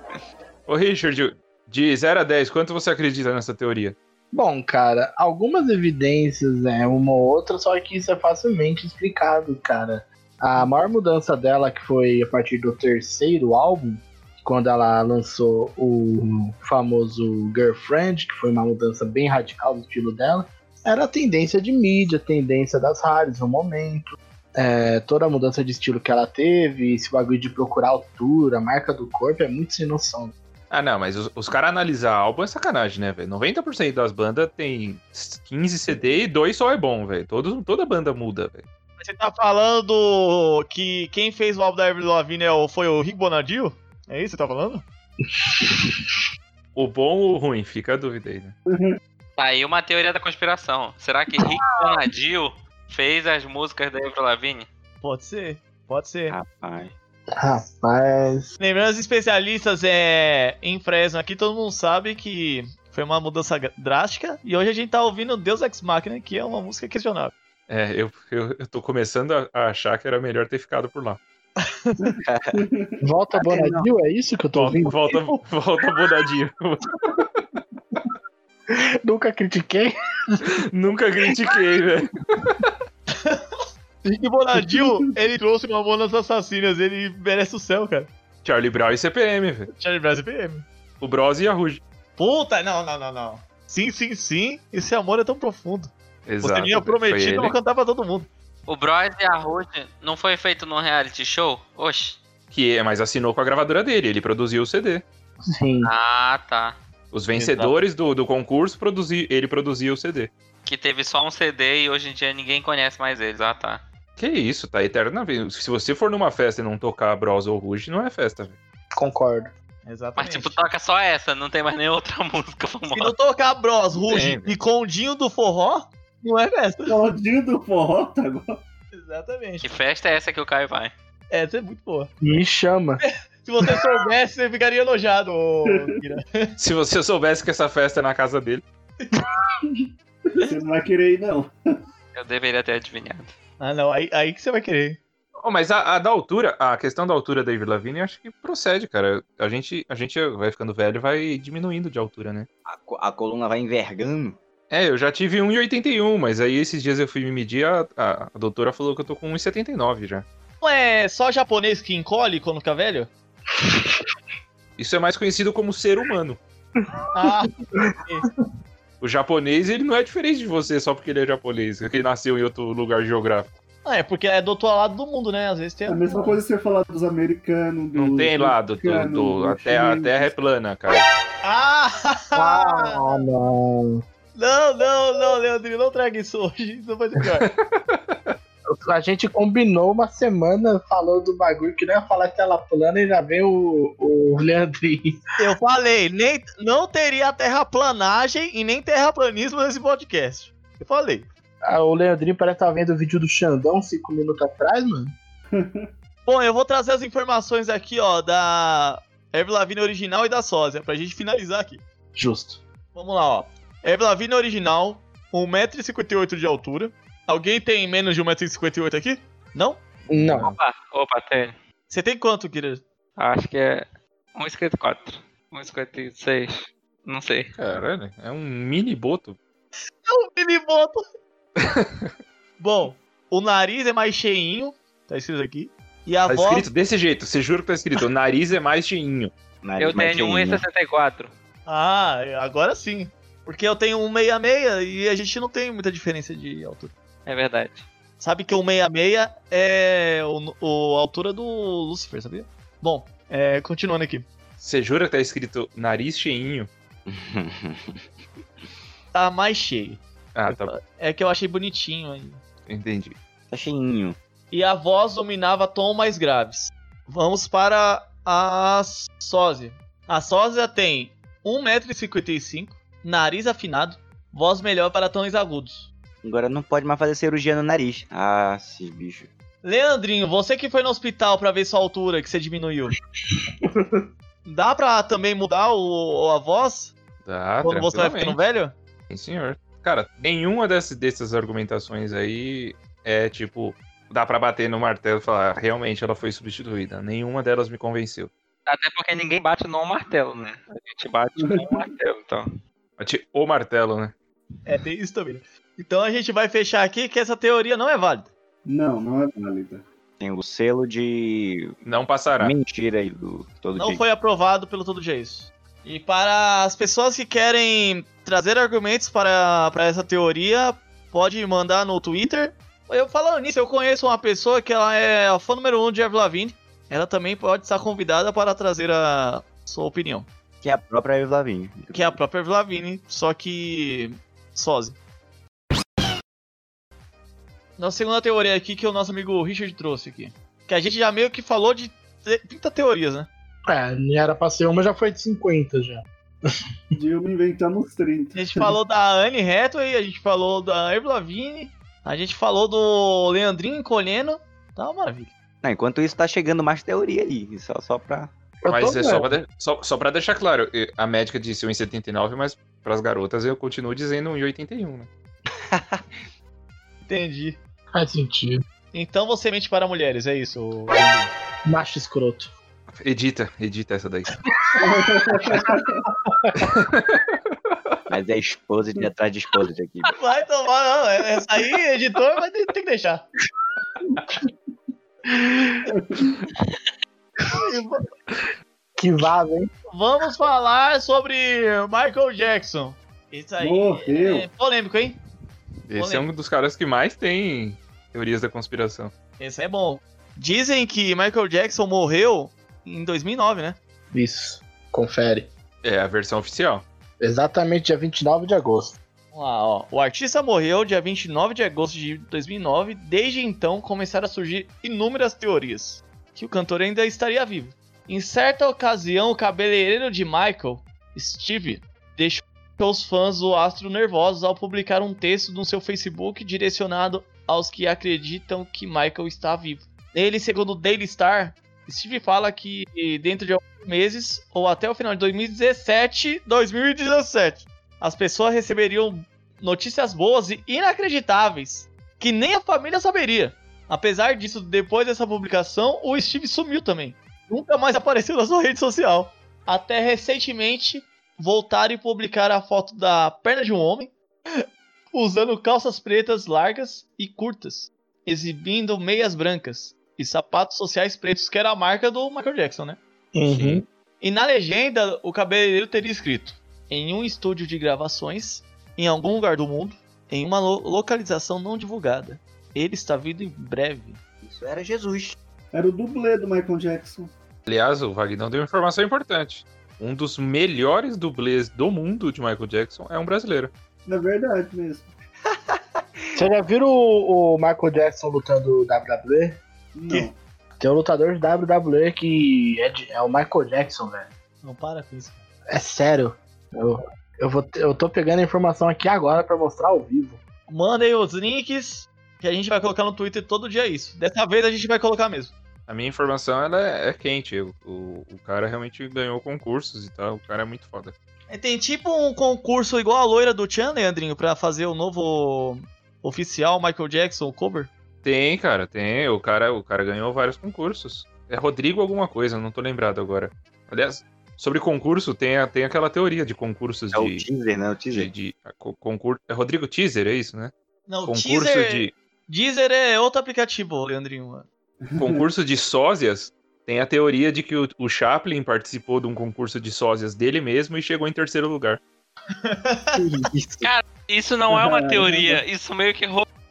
F: Ô, Richard, de 0 a 10, quanto você acredita nessa teoria?
E: Bom, cara, algumas evidências, né? Uma ou outra, só que isso é facilmente explicado, cara. A maior mudança dela, que foi a partir do terceiro álbum, quando ela lançou o famoso Girlfriend, que foi uma mudança bem radical do estilo dela, era a tendência de mídia, a tendência das rádios no momento. É, toda a mudança de estilo que ela teve, esse bagulho de procurar altura, marca do corpo, é muito sem noção.
F: Ah, não, mas os, os caras analisar álbum é sacanagem, né, velho? 90% das bandas tem 15 CD e dois só é bom, velho. Todo- Toda banda muda, velho.
C: Você tá falando que quem fez o álbum da Avril Lavigne é o- foi o Rick Bonadio? É isso que você tá falando?
F: O bom ou o ruim, fica a dúvida aí, né?
A: Tá aí uma teoria da conspiração. Será que Rick Bonadio fez as músicas da Avril Lavigne?
C: Pode ser, pode ser.
B: Rapaz.
E: Rapaz.
C: Ah. Lembrando os especialistas é, em Fresno aqui, todo mundo sabe que foi uma mudança gra- drástica. E hoje a gente tá ouvindo Deus Ex Machina, que é uma música questionável.
F: É, eu, eu, eu tô começando a, a achar que era melhor ter ficado por lá.
E: Volta Bonadil, é isso que eu tô
F: Volta,
E: ouvindo?
F: volta,
C: [laughs]
F: volta bodadinho.
E: Nunca critiquei.
F: Nunca critiquei, velho.
C: E [laughs] Bonadil, ele trouxe Mamonas Assassinas, ele merece o céu, cara.
F: Charlie Brown e CPM, velho.
C: Charlie Brown PM.
F: O Bros e a Ruge.
C: Puta, não, não, não, não. Sim, sim, sim, esse amor é tão profundo.
F: Exato.
C: Você tinha
F: velho, foi
C: prometido, eu
F: ele.
C: vou cantar pra todo mundo.
A: O Bros e a Ruth não foi feito num reality show? Oxe.
F: Que é, mas assinou com a gravadora dele, ele produziu o CD.
E: Sim.
A: Ah, tá.
F: Os vencedores do, do concurso, produzi, ele produziu o CD.
A: Que teve só um CD e hoje em dia ninguém conhece mais eles. Ah, tá.
F: Que isso, tá eterno na vida. Se você for numa festa e não tocar Bros ou Ruge, não é festa, velho. [laughs]
E: Concordo.
A: Mas,
C: Exatamente.
A: tipo, toca só essa, não tem mais [laughs] nenhuma outra música
C: Se
A: famosa.
C: não tocar Bros,
F: Tem,
C: Ruge
F: velho.
C: e Condinho do Forró, não é festa.
D: Claudinho do forró, tá agora.
C: Exatamente.
A: Que festa é essa que o Caio vai?
C: Essa é muito boa.
E: Me chama.
C: Se você soubesse, você ficaria enojado, ô, Kira.
F: Se você soubesse que essa festa é na casa dele.
D: Você não vai querer ir, não.
A: Eu deveria ter adivinhado.
C: Ah, não, aí, aí que você vai querer.
F: Oh, mas a, a da altura, a questão da altura da Avril Lavigne, eu acho que procede, cara. A gente, a gente vai ficando velho e vai diminuindo de altura, né?
B: A, co- a coluna vai envergando.
F: É, eu já tive 1,81, mas aí esses dias eu fui me medir, a, a, a doutora falou que eu tô com 1,79 já.
C: Não é só japonês que encolhe quando fica velho?
F: Isso é mais conhecido como ser humano.
C: Ah,
F: O japonês, ele não é diferente de você só porque ele é japonês, porque ele nasceu em outro lugar geográfico.
C: ah, é porque é do outro lado do mundo, né? Às vezes tem.
D: É a mesma coisa você falar dos americanos. dos
F: Não tem lá, do, do,
D: mexicanos,
F: do,
D: dos
F: a, terra, a
D: chineses.
F: terra é plana, cara.
C: Ah!
E: Ah, não.
C: Não, não, não, Leandrinho, não traga isso hoje. Isso vai ser pior.
E: A gente combinou uma semana falando do bagulho que não ia falar tela plana e já veio o, o Leandrinho. [laughs]
C: Eu falei, nem, não teria terraplanagem e nem terraplanismo nesse podcast. Eu falei.
E: Ah, o Leandrinho parece que tá vendo o vídeo do Xandão cinco minutos atrás, mano.
C: Bom, eu vou trazer as informações aqui, ó, da Avril Lavigne original e da sósia, pra gente finalizar aqui.
E: Justo.
C: Vamos lá, ó. Avril Lavigne original, 1,58m de altura. Alguém tem menos de 1,58m aqui? Não?
E: Não.
A: Opa, opa, tem.
C: Você tem quanto, Kira?
A: Acho que é 1,54. 1,56. Não sei.
F: Caralho, é um mini boto.
C: É um miniboto. [laughs] Bom, o nariz é mais cheinho, tá escrito aqui. E a
F: Tá
C: voz...
F: escrito desse jeito, você jura que tá escrito, o nariz é mais cheinho.
B: Nariz
A: Eu
B: mais
A: tenho
B: cheinho.
A: 1,64.
C: Ah, agora sim. Porque eu tenho um 66 e a gente não tem muita diferença de altura.
A: É verdade.
C: Sabe que o 66 é o, o- a altura do Lucifer, sabia? Bom, é, continuando aqui.
F: Você jura que tá escrito nariz cheinho?
C: Tá mais cheio.
F: Ah, tá bom,
C: É que eu achei bonitinho aí.
F: entendi.
B: Tá cheinho.
C: E a voz dominava tom mais graves. Vamos para a sósia. A sósia tem 1,55m, nariz afinado, voz melhor para tons agudos.
B: Agora não pode mais fazer cirurgia no nariz. Ah, esses bichos.
C: Leandrinho, você que foi no hospital pra ver sua altura, que você
F: [laughs]
C: diminuiu. Dá pra também mudar o, a voz
F: Tá,
C: quando você vai ficando
F: tranquilamente.
C: velho?
F: Sim, senhor. Cara, nenhuma dessas, dessas argumentações aí é tipo, dá pra bater no martelo e falar, "Ah, realmente ela foi substituída. Nenhuma delas me convenceu.
A: Até porque ninguém bate no martelo, né? A gente bate no martelo, então.
F: Bate o martelo, né?
C: É, tem isso também. Então a gente vai fechar aqui que essa teoria não é válida.
D: Não, não é válida.
B: Tem o selo de
F: Não passará.
B: mentira aí do todo
C: Não
B: dia.
C: foi aprovado pelo Todo Dia Isso. E para as pessoas que querem trazer argumentos para, para essa teoria, pode mandar no Twitter. Eu falando nisso, eu conheço uma pessoa que ela é a fã número 1 um de Avril Lavigne. Ela também pode estar convidada para trazer a sua opinião.
B: Que é a própria Avril Lavigne.
C: Que é a própria Avril Lavigne, só que. Sose. Nossa segunda teoria aqui que o nosso amigo Richard trouxe aqui. Que a gente já meio que falou de te- 30 teorias, né?
E: É, não era pra ser uma, já foi de 50 já.
D: Dilma inventando uns 30.
C: A gente falou da Anne Hathaway, a gente falou da Avril Lavigne, a gente falou do Leandrinho encolhendo. Tá uma maravilha.
B: Não, enquanto isso, tá chegando mais teoria aí. Só, só pra.
E: Eu
F: Mas
E: tô
F: é só
E: vendo.
F: pra, de- só, só pra deixar claro, eh, a médica disse 1,79, mas pras garotas eu continuo dizendo 1,81, né?
C: Entendi.
E: Faz sentido.
C: Então você mente para mulheres, é isso.
E: Macho escroto.
F: Edita, edita essa daí.
B: Mas é esposa de atrás de esposa aqui.
C: Vai tomar, não. Essa aí, editor, vai ter tem que deixar.
E: Que vaza, hein?
C: Vamos falar sobre Michael Jackson. Isso aí
D: Morreu.
B: né?
C: é polêmico, hein?
F: Esse é um dos caras que mais tem teorias da conspiração.
C: Esse é bom. Dizem que Michael Jackson morreu em 2009, né?
E: Isso. Confere.
F: É a versão oficial.
E: Exatamente dia 29 de agosto.
C: Vamos lá, ó. O artista morreu dia 29 de agosto de 2009. Desde então começaram a surgir inúmeras teorias que o cantor ainda estaria vivo. Em certa ocasião, o cabeleireiro de Michael, Steve, deixou os fãs o astro nervosos ao publicar um texto no seu Facebook direcionado aos que acreditam que Michael está vivo. Nele, segundo o Daily Star, Steve fala que dentro de alguns meses ou até o final de 2017, 2017 as pessoas receberiam notícias boas e inacreditáveis que nem a família saberia. Apesar disso, depois dessa publicação, o Steve sumiu também. Nunca mais apareceu na sua rede social. Até recentemente voltaram e publicaram a foto da perna de um homem [laughs] usando calças pretas largas e curtas, exibindo meias brancas e sapatos sociais pretos, que era a marca do Michael Jackson, né?
F: Sim.
C: E na legenda, o cabeleireiro teria escrito: em um estúdio de gravações, em algum lugar do mundo, em uma lo- localização não divulgada. Ele está vindo em breve.
B: Isso era Jesus.
D: Era o dublê do Michael Jackson.
F: Aliás, o Vagnão deu uma informação importante. Um dos melhores dublês do mundo de Michael Jackson é um brasileiro.
D: Na verdade mesmo.
E: Você já viram o, o Michael Jackson lutando WWE?
D: Não.
E: Tem um lutador de WWE que é, de- é o Michael Jackson, velho.
C: Não para com isso. cara.
E: É sério. Eu, eu, vou, te- eu tô pegando a informação aqui agora pra mostrar ao vivo.
C: Mandem os links que a gente vai colocar no Twitter todo dia isso. Dessa vez a gente vai colocar mesmo.
F: A minha informação ela é, é quente. O, o- o cara realmente ganhou concursos e tal. O cara é muito foda.
C: É, Tem tipo um concurso igual a loira do Chan, Leandrinho, pra fazer o novo oficial Michael Jackson, o cover.
F: Tem, cara, tem. O cara, o cara ganhou vários concursos. É Rodrigo alguma coisa, não tô lembrado agora. Aliás, sobre concurso, tem, a- tem aquela teoria de concursos
B: É o
F: de.
B: teaser, né? O
F: de,
B: teaser.
F: de co- concur- É Rodrigo Teaser, é isso, né?
C: Não,
F: concurso
C: Deezer,
F: de
C: Deezer é outro aplicativo, Leandrinho.
F: concurso de sósias. Tem a teoria de que o, o Chaplin participou de um concurso de sósias dele mesmo e chegou em terceiro lugar.
E: Isso.
A: Isso não é uma
D: Ah,
A: teoria, isso meio que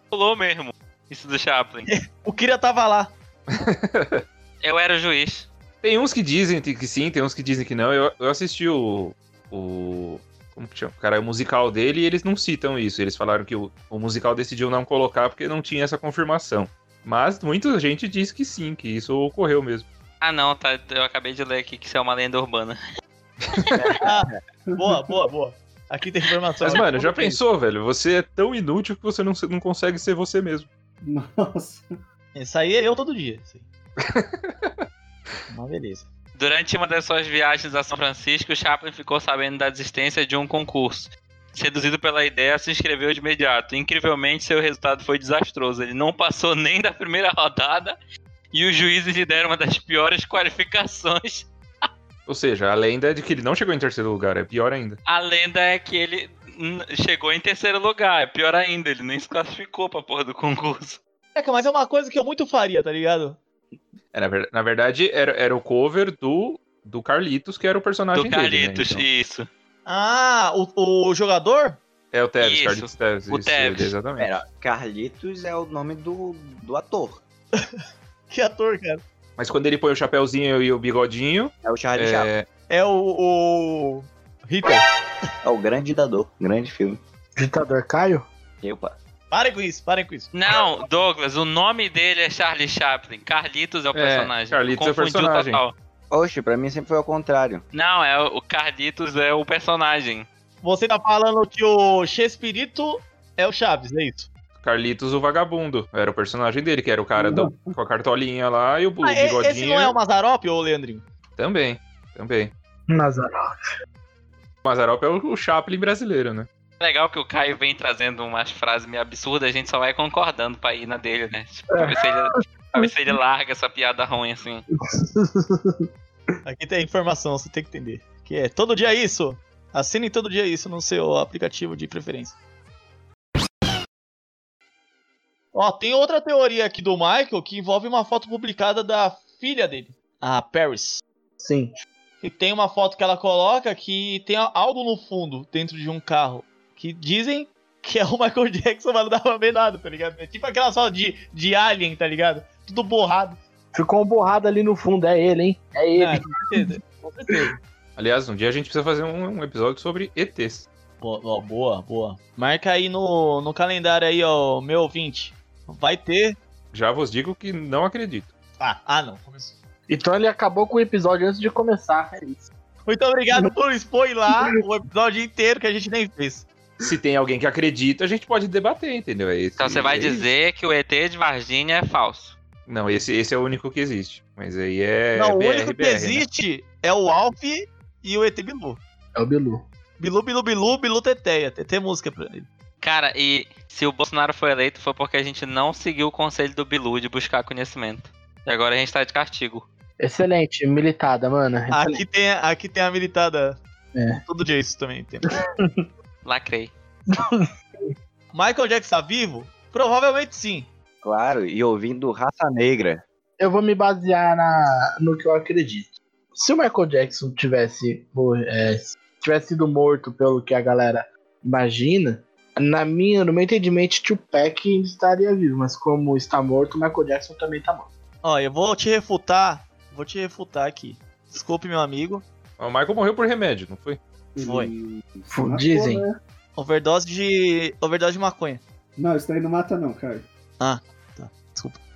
A: rolou mesmo. Isso do Chaplin.
C: O Kira tava lá.
A: [laughs] Eu era o juiz.
F: Tem uns que dizem que sim, tem uns que dizem que não. Eu, eu assisti o, o. Como que chama? Cara, é o musical dele e eles não citam isso. Eles falaram que o, o musical decidiu não colocar porque não tinha essa confirmação. Mas muita gente diz que sim, que isso ocorreu mesmo.
A: Ah não, tá. Eu acabei de ler aqui que isso é uma lenda urbana.
C: [laughs] Boa, boa, boa. Aqui tem informação.
F: Mas, mano, já
C: Tudo bem.
F: pensou, velho? Você é tão inútil que você não, se- não consegue ser você mesmo.
D: [laughs] Nossa.
C: Isso aí é eu todo dia. isso
F: [laughs]
C: aí. Mas beleza.
A: Durante uma das suas viagens a São Francisco, Chaplin ficou sabendo da existência de um concurso. Seduzido pela ideia, se inscreveu de imediato. Incrivelmente, seu resultado foi desastroso. Ele não passou [laughs] nem da primeira rodada e os juízes lhe deram uma das piores qualificações.
F: Ou seja, a lenda é de que ele não chegou em terceiro lugar, é pior ainda.
A: A lenda é que ele hum, chegou em terceiro lugar. É pior ainda, ele nem se classificou pra porra do concurso.
C: Caraca, mas é uma coisa que eu muito faria, tá ligado?
F: É, na, ver- na verdade, era, era o cover do, do Carlitos, que era o personagem
A: Do
F: dele. né?
A: Carlitos,
F: Então,
A: isso.
C: Ah, o, o jogador?
F: É o Tevez,
A: Isso,
F: Carlitos Tevez.
A: o
F: isso,
A: Tevez.
F: Exatamente.
B: Pera, Carlitos é o nome do, do ator.
C: Que ator, cara.
F: Mas quando ele põe o chapéuzinho e o bigodinho,
B: É o Charlie Chaplin.
F: é,
C: É o. o... Hitler.
B: É o grande dador. Grande filme.
E: Ditador Caio?
B: Epa.
C: Parem com isso, parem com isso.
A: Não, Douglas, o nome dele é Charlie Chaplin. Carlitos é o
F: É,
A: personagem.
F: Carlitos é o
A: Confundiu
F: personagem.
A: total.
B: Oxe, pra mim sempre foi ao contrário.
A: Não, é o o Carlitos é o personagem.
C: Você tá falando que o Chespirito é o Chaves, é isso?
F: Carlitos o Vagabundo. Era o personagem dele, que era o cara do- com a cartolinha lá e o bu-
C: Ah, e- esse
F: bigodinho.
C: não é o Mazarop, ô Leandrinho?
F: Também, também.
E: Nazaré.
F: O Mazarop é o o Chaplin brasileiro, né?
A: É legal que o Caio vem trazendo umas frases meio absurdas, a gente só vai concordando pra ir na dele, né? Tipo, pra, ver se ele, pra ver se ele larga essa piada ruim, assim.
C: Aqui tem informação, você tem que entender. Que é todo dia isso. Assine todo dia isso no seu aplicativo de preferência. Ó, tem outra teoria aqui do Michael que envolve uma foto publicada da filha dele, a Paris.
E: Sim.
C: E tem uma foto que ela coloca que tem algo no fundo, dentro de um carro, que dizem que é o Michael [laughs] Jackson, mas não dava bem nada, tá ligado? É tipo aquela foto de, de Alien, tá ligado? Tudo borrado.
E: Ficou um borrado ali no fundo, é ele, hein? É ele.
C: É, com certeza. Com certeza.
F: Aliás, um dia a gente precisa fazer um, um episódio sobre ETs.
C: Boa, ó, boa, boa. Marca aí no, no calendário aí, ó, meu ouvinte. Vai ter.
F: Já vos digo que não acredito.
C: Ah, ah não. começou.
E: Então ele acabou com o episódio antes de começar. É isso.
C: Muito obrigado por expor lá o episódio inteiro que a gente nem fez.
F: Se tem alguém que acredita, a gente pode debater, entendeu? É esse-
A: Então você vai
F: é
A: dizer que o ET de Varginha é falso.
F: isso. Não, esse, esse é o único que existe. Mas aí é.
C: não,
F: BR,
C: o único que
F: BR, né?
C: existe é o Alf e o ET Bilu.
E: É o Bilu.
C: Bilu, Bilu, Bilu, Bilu Teteia. Tem, tem música pra ele.
A: Cara, e se o Bolsonaro foi eleito foi porque a gente não seguiu o conselho do Bilu de buscar conhecimento. E agora a gente tá de castigo.
E: Excelente, militada, mano. Excelente.
C: Aqui tem, aqui tem a militada.
E: É.
C: Todo dia isso também tem.
A: Lacrei.
C: Michael Jackson tá vivo? Provavelmente sim.
B: Claro, e ouvindo Raça Negra.
E: Eu vou me basear na, no que eu acredito. Se o Michael Jackson tivesse, mor- é, tivesse sido morto pelo que a galera imagina, na minha, no meu entendimento, Tupac ainda estaria vivo. Mas como está morto, o Michael Jackson também tá morto.
C: Ó, eu vou te refutar. Vou te refutar aqui. Desculpe, meu amigo.
F: O Michael morreu por remédio, não foi?
C: Foi.
D: Ele
E: Fu-
D: matou,
E: dizem.
D: né?
C: Overdose de. Overdose de maconha.
D: Não, isso daí não mata não, Caio.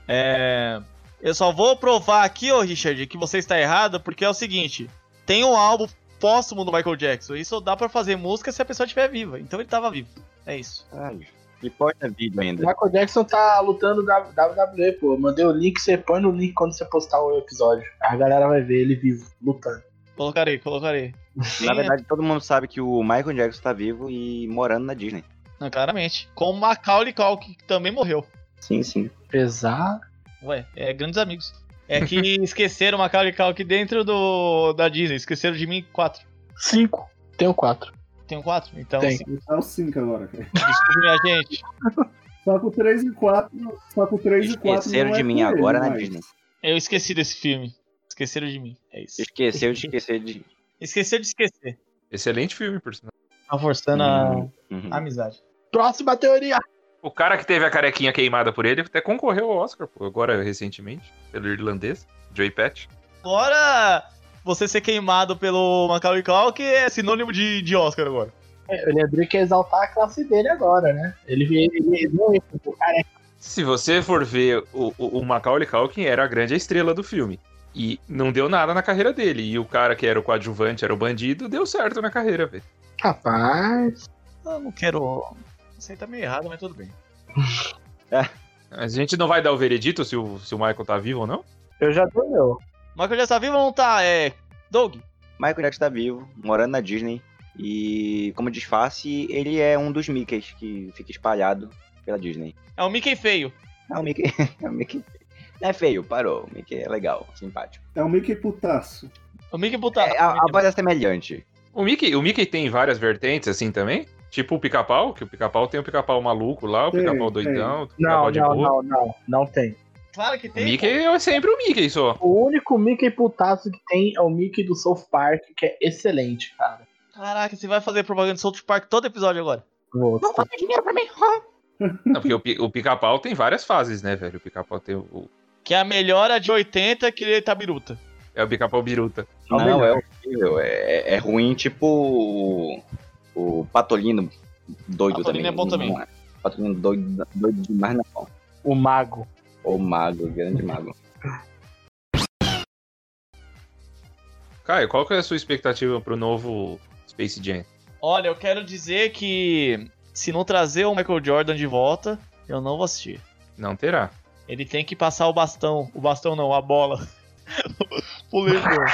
C: É. Eu só vou provar aqui, ô Richard, que você está errado, porque é o seguinte: tem um álbum póstumo do Michael Jackson. Isso dá pra fazer música se a pessoa estiver viva. Então ele tava vivo. É isso.
B: Caralho. E porta vídeo
E: O
B: ainda.
E: Michael Jackson tá lutando da WWE, pô. Eu Mandei o link, você põe no link quando você postar o episódio. A galera vai ver ele vivo, lutando.
C: Colocarei, colocarei.
B: Na verdade, todo mundo sabe que o Michael Jackson tá vivo e morando na Disney.
C: Não, claramente. Com o Macaulay Culkin, que também morreu.
B: Sim, sim.
E: Pesar.
C: Ué, é grandes amigos. É [laughs] que esqueceram o Macaulay Culkin dentro do, da Disney. Esqueceram de mim quatro.
E: Cinco. Tenho quatro.
C: Tenho quatro? Então,
E: Tem.
C: sim,
D: É o 5 agora, Caio.
C: desculpe minha gente.
D: Só com 3 e 4. Só com 3 e é 4.
B: Esqueceram de mim agora na Disney.
C: Eu esqueci desse filme. Esqueceram de mim. É isso.
B: Esqueceu de esquecer de.
C: Esqueceram de esquecer.
F: Excelente filme, por sinal.
C: Tá forçando a-
B: Uhum.
C: a amizade.
E: Próxima teoria.
F: O cara que teve a carequinha queimada por ele até concorreu ao Oscar, pô, agora recentemente, pelo irlandês, Joey Patch.
C: Agora, você ser queimado pelo Macaulay Culkin é sinônimo de, de Oscar agora.
E: É, o Leandro quer exaltar a classe dele agora, né? Ele, ele, ele não entra, o cara é
F: Se você for ver, o, o, o Macaulay Culkin era a grande estrela do filme. E não deu nada na carreira dele. E o cara que era o coadjuvante, era o bandido, deu certo na carreira, velho.
E: capaz.
C: Eu não quero... Isso aí tá meio errado, mas tudo bem.
F: A gente não vai dar o veredito se o, se o Michael tá vivo ou não?
E: Eu já dou meu.
C: Michael já tá vivo ou não tá? É... Doug?
B: Michael Jackson tá vivo, morando na Disney. E como disfarce, ele é um dos Mickeys que fica espalhado pela Disney.
C: É o Mickey feio.
B: É o Mickey. [laughs] É o Mickey. Não é feio, parou. O Mickey é legal, simpático.
D: É o Mickey putaço.
C: O Mickey putado.
B: É, a, a voz é semelhante.
F: O Mickey, o Mickey tem várias vertentes assim também? Tipo o pica-pau, que o pica-pau tem o pica-pau maluco lá, o
D: Tem,
F: pica-pau
D: tem.
F: doidão,
E: Não,
F: o pica-pau Tá de
E: não,
F: boa.
E: não, não. Não tem.
C: Claro que
F: O
C: tem.
F: Mickey é sempre o Mickey só.
E: [laughs] O único Mickey putaço que tem é o Mickey do South Park, que é excelente, cara.
C: Caraca, você vai fazer propaganda de South Park todo episódio agora.
E: Vou-
F: Não, porque o pi- o pica-pau tem várias fases, né, velho? O pica-pau tem o- o.
C: Que é a melhora de 80 que ele tá biruta.
F: É o pica-pau biruta.
E: Não,
B: Não, é horrível. É, é ruim, tipo o, o Patolino doido
C: Patolino
B: também.
C: é bom também.
B: Não é. Patolino doido, doido demais não.
E: O Mago.
B: O mago, grande mago.
F: Caio, qual que é a sua expectativa pro novo Space Jam?
C: Olha, eu quero dizer que se não trazer o Michael Jordan de volta, eu não vou assistir.
F: Não terá.
C: Ele tem que passar o bastão. O bastão não, a bola. [laughs] Pro Leitor.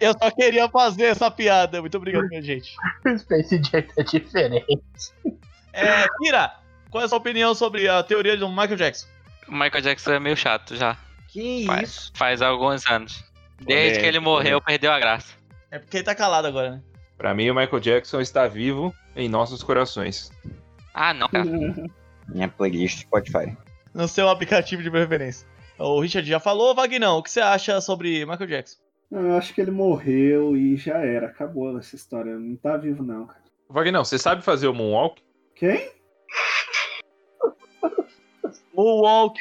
C: Eu só queria fazer essa piada. Muito obrigado, minha gente.
E: Space Jam é diferente.
C: É, Kira, qual é a sua opinião sobre a teoria do Michael Jackson?
A: O Michael Jackson é meio chato já.
B: Que
A: Vai.
B: isso?
A: Faz alguns anos. Desde que ele morreu, perdeu a graça.
C: É porque ele tá calado agora, né?
F: Pra mim, o Michael Jackson está vivo em nossos corações.
A: Ah, não, cara.
B: [laughs] Minha playlist Spotify.
C: No seu aplicativo de preferência. O Richard já falou, Vagnão, o que você acha sobre Michael Jackson?
D: Eu acho que ele morreu e já era. Acabou essa história. Não tá vivo, não, cara.
F: Wagner, você sabe fazer o Moonwalk?
D: Quem?
C: O Walk.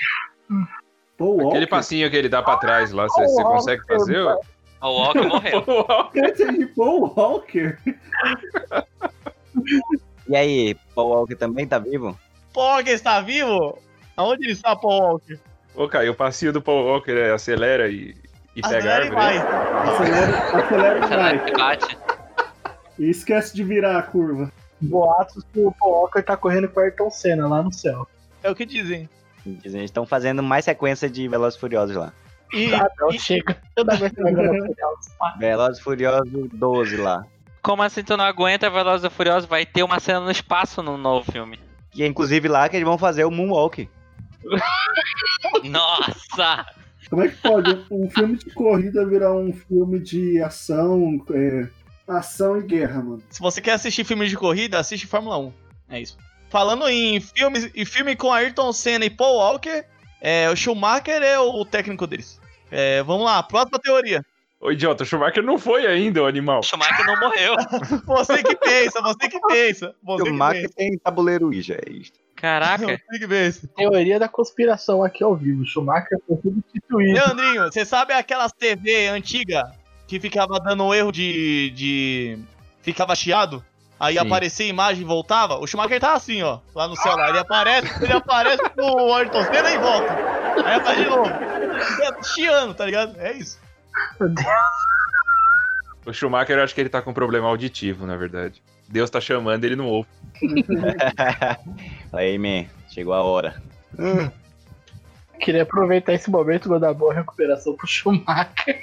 D: Paul Walker?
F: Aquele passinho que ele dá pra trás lá, você, você consegue
E: [laughs]
F: fazer? ô?
A: O Walker morreu.
F: Moonwalk.
D: Essa é de Paul Walker?
B: E aí, Paul Walker também tá vivo?
C: Paul Walker está vivo? Aonde ele está, Paul Walker?
F: Ô, Caio, o passinho do Paul Walker é acelera e, e pega a
C: Acelera e vai.
F: árvore. né?
D: Acelera, acelera e
A: Acelera
D: vai.
A: que bate.
D: E esquece de virar a curva.
E: Boatos que o Paul Walker tá correndo com o Ayrton Senna lá no céu.
C: É o que dizem.
B: Dizem, Eles estão fazendo mais sequência de Velozes e Furiosos lá.
C: E,
E: Ah,
B: tá,
E: não,
C: e- [laughs]
E: chega. Toda vez que vai ver na final, pá.
B: Velozes e Furiosos 12 lá.
A: Como assim tu não aguenta Velozes e Furiosos? Vai ter uma cena no espaço no novo filme.
B: Que é inclusive lá que eles vão fazer o Moonwalk. [laughs]
A: Nossa!
D: Como é que pode um filme de corrida virar um filme de ação, é, ação e guerra, mano?
C: se você quer assistir filmes de corrida, assiste Fórmula 1. É isso. Falando em filmes e filme com Ayrton Senna e Paul Walker, é, o Schumacher é o técnico deles. É, vamos lá, próxima teoria.
F: Ô, idiota, o Schumacher não foi ainda, o animal.
A: O Schumacher não morreu.
C: Você que pensa, você que pensa. Você
B: O
C: que
B: Mac
C: pensa.
B: tem tabuleiro Ouija, é isso.
A: Caraca.
C: Você que pensa.
E: Teoria da conspiração aqui ao vivo. Schumacher foi substituído.
C: Leandrinho, você sabe aquelas TV antiga que ficava dando um erro de. de... ficava chiado? Aí
F: Sim.
C: aparecia a imagem e voltava? O Schumacher tá assim, ó, lá no celular. Ele aparece, ele aparece pro Ayrton Senna e volta. Aí aparece de novo. É, Chiando, tá ligado? É isso.
F: O Schumacher, eu acho que ele tá com problema auditivo, na verdade. Deus tá chamando, ele não ouve.
B: Aí, man, chegou a
C: [laughs]
B: hora.
E: Queria aproveitar esse momento e mandar boa recuperação pro Schumacher.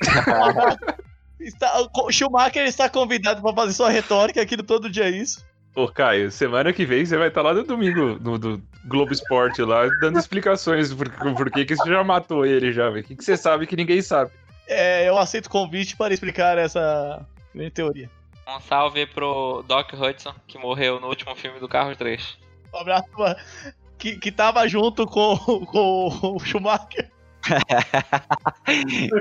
C: Está, o Schumacher está convidado pra fazer sua retórica aqui do Todo Dia É Isso.
F: Ô, Caio, semana que vem você vai estar lá no domingo, no do Globo Esporte lá, dando explicações por, por que que você já matou ele já, velho. O que, que você sabe que ninguém sabe?
C: É, eu aceito o convite para explicar essa minha teoria.
A: Um salve pro Doc Hudson, que morreu no último filme do Carro 3.
B: [laughs]
C: Um abraço pra- que, que tava junto com, [laughs] com o Schumacher.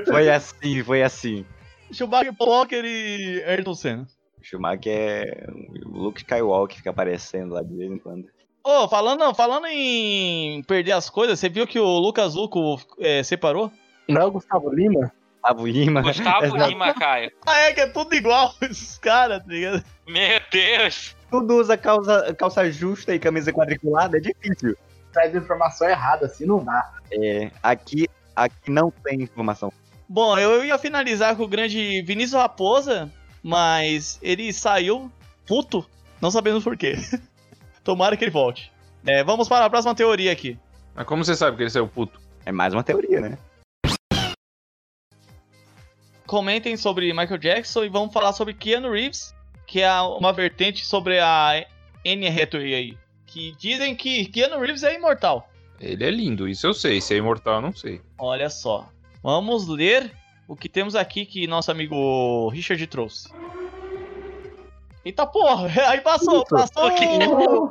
B: Foi assim, foi assim.
C: Schumacher, Paul Walker e Ayrton Senna.
B: O Schumacher é o Luke Skywalker fica aparecendo lá de vez em quando.
C: Ô, falando, falando em perder as coisas, você viu que o Lucas Luco é, separou?
E: Não é o Gustavo Lima?
B: Gustavo Lima.
A: Gustavo
B: Exato.
A: Lima, Caio.
C: Ah, é que é tudo igual [laughs] esses caras, tá ligado?
A: Meu Deus!
B: Tudo usa calça, calça justa e camisa quadriculada, é difícil.
E: Traz informação errada, assim não dá.
B: É, aqui, aqui não tem informação.
C: Bom, eu ia finalizar com o grande Vinícius Raposa, mas ele saiu puto, não sabemos por quê. [laughs] Tomara que ele volte. É, vamos para a próxima teoria aqui.
F: Mas como você sabe que ele saiu puto?
B: É mais uma teoria, né?
C: comentem sobre Michael Jackson e vamos falar sobre Keanu Reeves, que é uma vertente sobre a Anne Hathaway aí. Que dizem que Keanu Reeves é imortal.
F: Ele é lindo, isso eu sei. Se é imortal, eu não sei.
C: Olha só. Vamos ler o que temos aqui que nosso amigo Richard trouxe. Eita porra! [laughs] Aí passou,
E: Isso.
C: passou,
D: [laughs] Oh,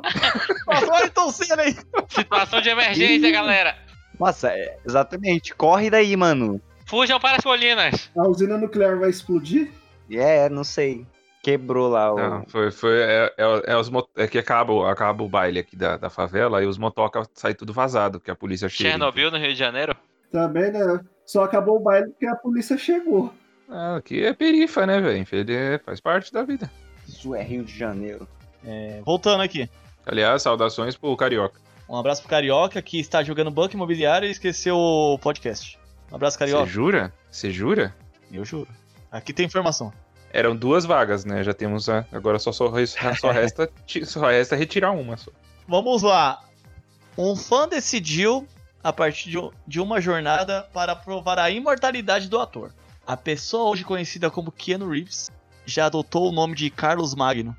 C: passou Ayrton Senna aí.
A: Situação de emergência, galera.
B: Nossa, é, exatamente. Corre daí, mano.
A: Fujam para as colinas.
D: a usina nuclear vai explodir?
B: É, yeah, não sei. Quebrou lá o.
F: Não, foi, foi, é, é- é os mo- é que acaba, o- acaba o baile aqui da, da favela e os motocas saem tudo vazado, que a polícia chega.
A: Chernobyl, no Rio de Janeiro.
D: Também, né? Só acabou o baile porque a polícia chegou.
F: Ah, aqui é perifa, né, velho? Ele é- faz parte da vida.
B: Isso é Rio de Janeiro.
C: É, voltando aqui.
F: Aliás, saudações pro Carioca.
C: Um abraço pro Carioca que está jogando banco imobiliário e esqueceu o podcast. Um abraço, Carioca.
F: Você jura? Você jura?
C: Eu juro. Aqui tem informação.
F: Eram duas vagas, né? Já temos a. Agora só, só, só, resta, ti- só resta retirar uma só.
C: Vamos lá. Um fã decidiu, a partir de, um- de uma jornada, para provar a imortalidade do ator. A pessoa hoje conhecida como Keanu Reeves já adotou o nome de Carlos Magno.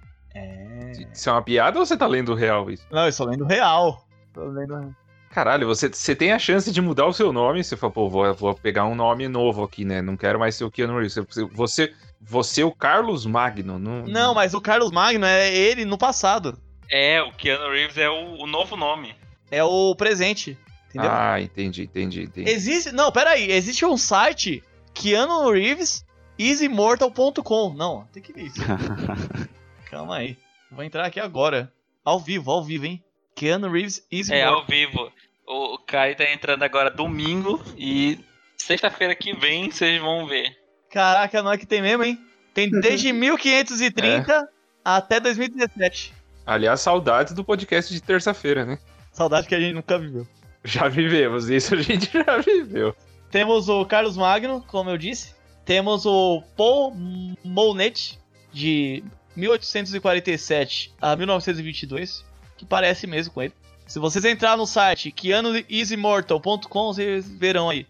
F: Isso é uma piada ou você tá lendo o real isso?
C: Não, eu só lendo real. Tô lendo...
F: Caralho, você, você tem a chance de mudar o seu nome. Você fala, pô, vou, vou pegar um nome novo aqui, né? Não quero mais ser o Keanu Reeves. Você, você, você é o Carlos Magno. Não,
C: Não, mas o Carlos Magno é ele no passado.
A: É, o Keanu Reeves é o, o novo nome.
C: É o presente. Entendeu?
F: Ah, entendi, entendi, entendi.
C: Existe. Não, peraí. Existe um site Keanu Reeves easymortal.com. Não, tem que ver isso. Calma aí. Vou entrar aqui agora. Ao vivo, ao vivo, hein? Keanu Reeves
A: É,
C: easymortal.
A: ao vivo. O, o Kai tá entrando agora domingo e sexta-feira que vem vocês vão ver.
C: Caraca, não é que tem mesmo, hein? Tem desde 1530 até 2017.
F: Aliás, saudades do podcast de terça-feira, né? [laughs]
C: Saudade que a gente nunca viveu.
F: Já vivemos, isso [laughs] a gente já viveu.
C: Temos o Carlos Magno, como eu disse. Temos o Paul Monet, de 1847 a 1922, que parece mesmo com ele. Se vocês entrar no site keanuisimortal.com, vocês verão aí.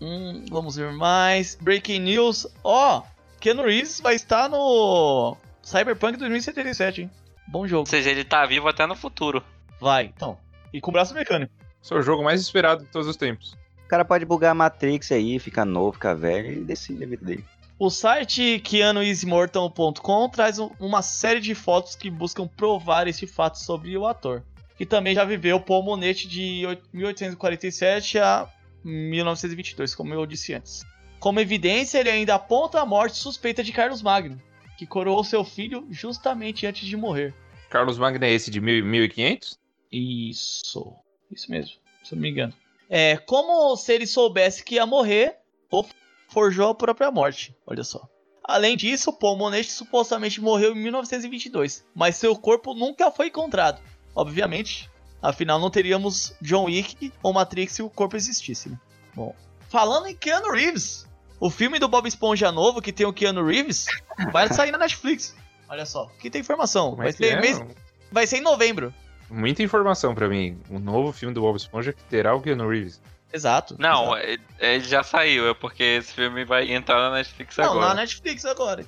C: Hum, vamos ver mais. Breaking news. Ó, Keanu Reeves vai estar no Cyberpunk 2077, hein? Bom
A: Ou
C: jogo.
A: seja, ele tá vivo até no futuro.
C: Vai, então. E com o braço mecânico.
F: Esse é o jogo mais esperado de todos os tempos.
B: O cara pode bugar a Matrix aí, fica novo, fica velho e decide a vida dele.
C: O site keanuisimortal.com traz um- uma série de fotos que buscam provar esse fato sobre o ator, que também já viveu Paul Monet de oit- 1847 a 1922, como eu disse antes. Como evidência, ele ainda aponta a morte suspeita de Carlos Magno, que coroou seu filho justamente antes de morrer.
F: Carlos Magno é esse de mil- 1500?
C: Isso. Isso mesmo, se eu não me engano. É, como se ele soubesse que ia morrer ou forjou a própria morte. Olha só. Além disso, Paul Monet supostamente morreu em 1922, mas seu corpo nunca foi encontrado. Obviamente, afinal não teríamos John Wick ou Matrix se o corpo existisse. Né? Bom, falando em Keanu Reeves, o filme do Bob Esponja novo que tem o Keanu
F: [laughs]
C: Reeves vai sair na Netflix. Olha só, que tem informação.
F: Como
C: Vai
F: é que
C: ser,
F: é?
C: mês- vai ser em novembro.
F: Muita informação pra mim. O novo filme do Bob Esponja que terá o Keanu Reeves.
C: Exato.
A: Não, é- ele já saiu, é porque esse filme vai entrar na Netflix
C: Não, né?
A: agora.
C: na Netflix agora.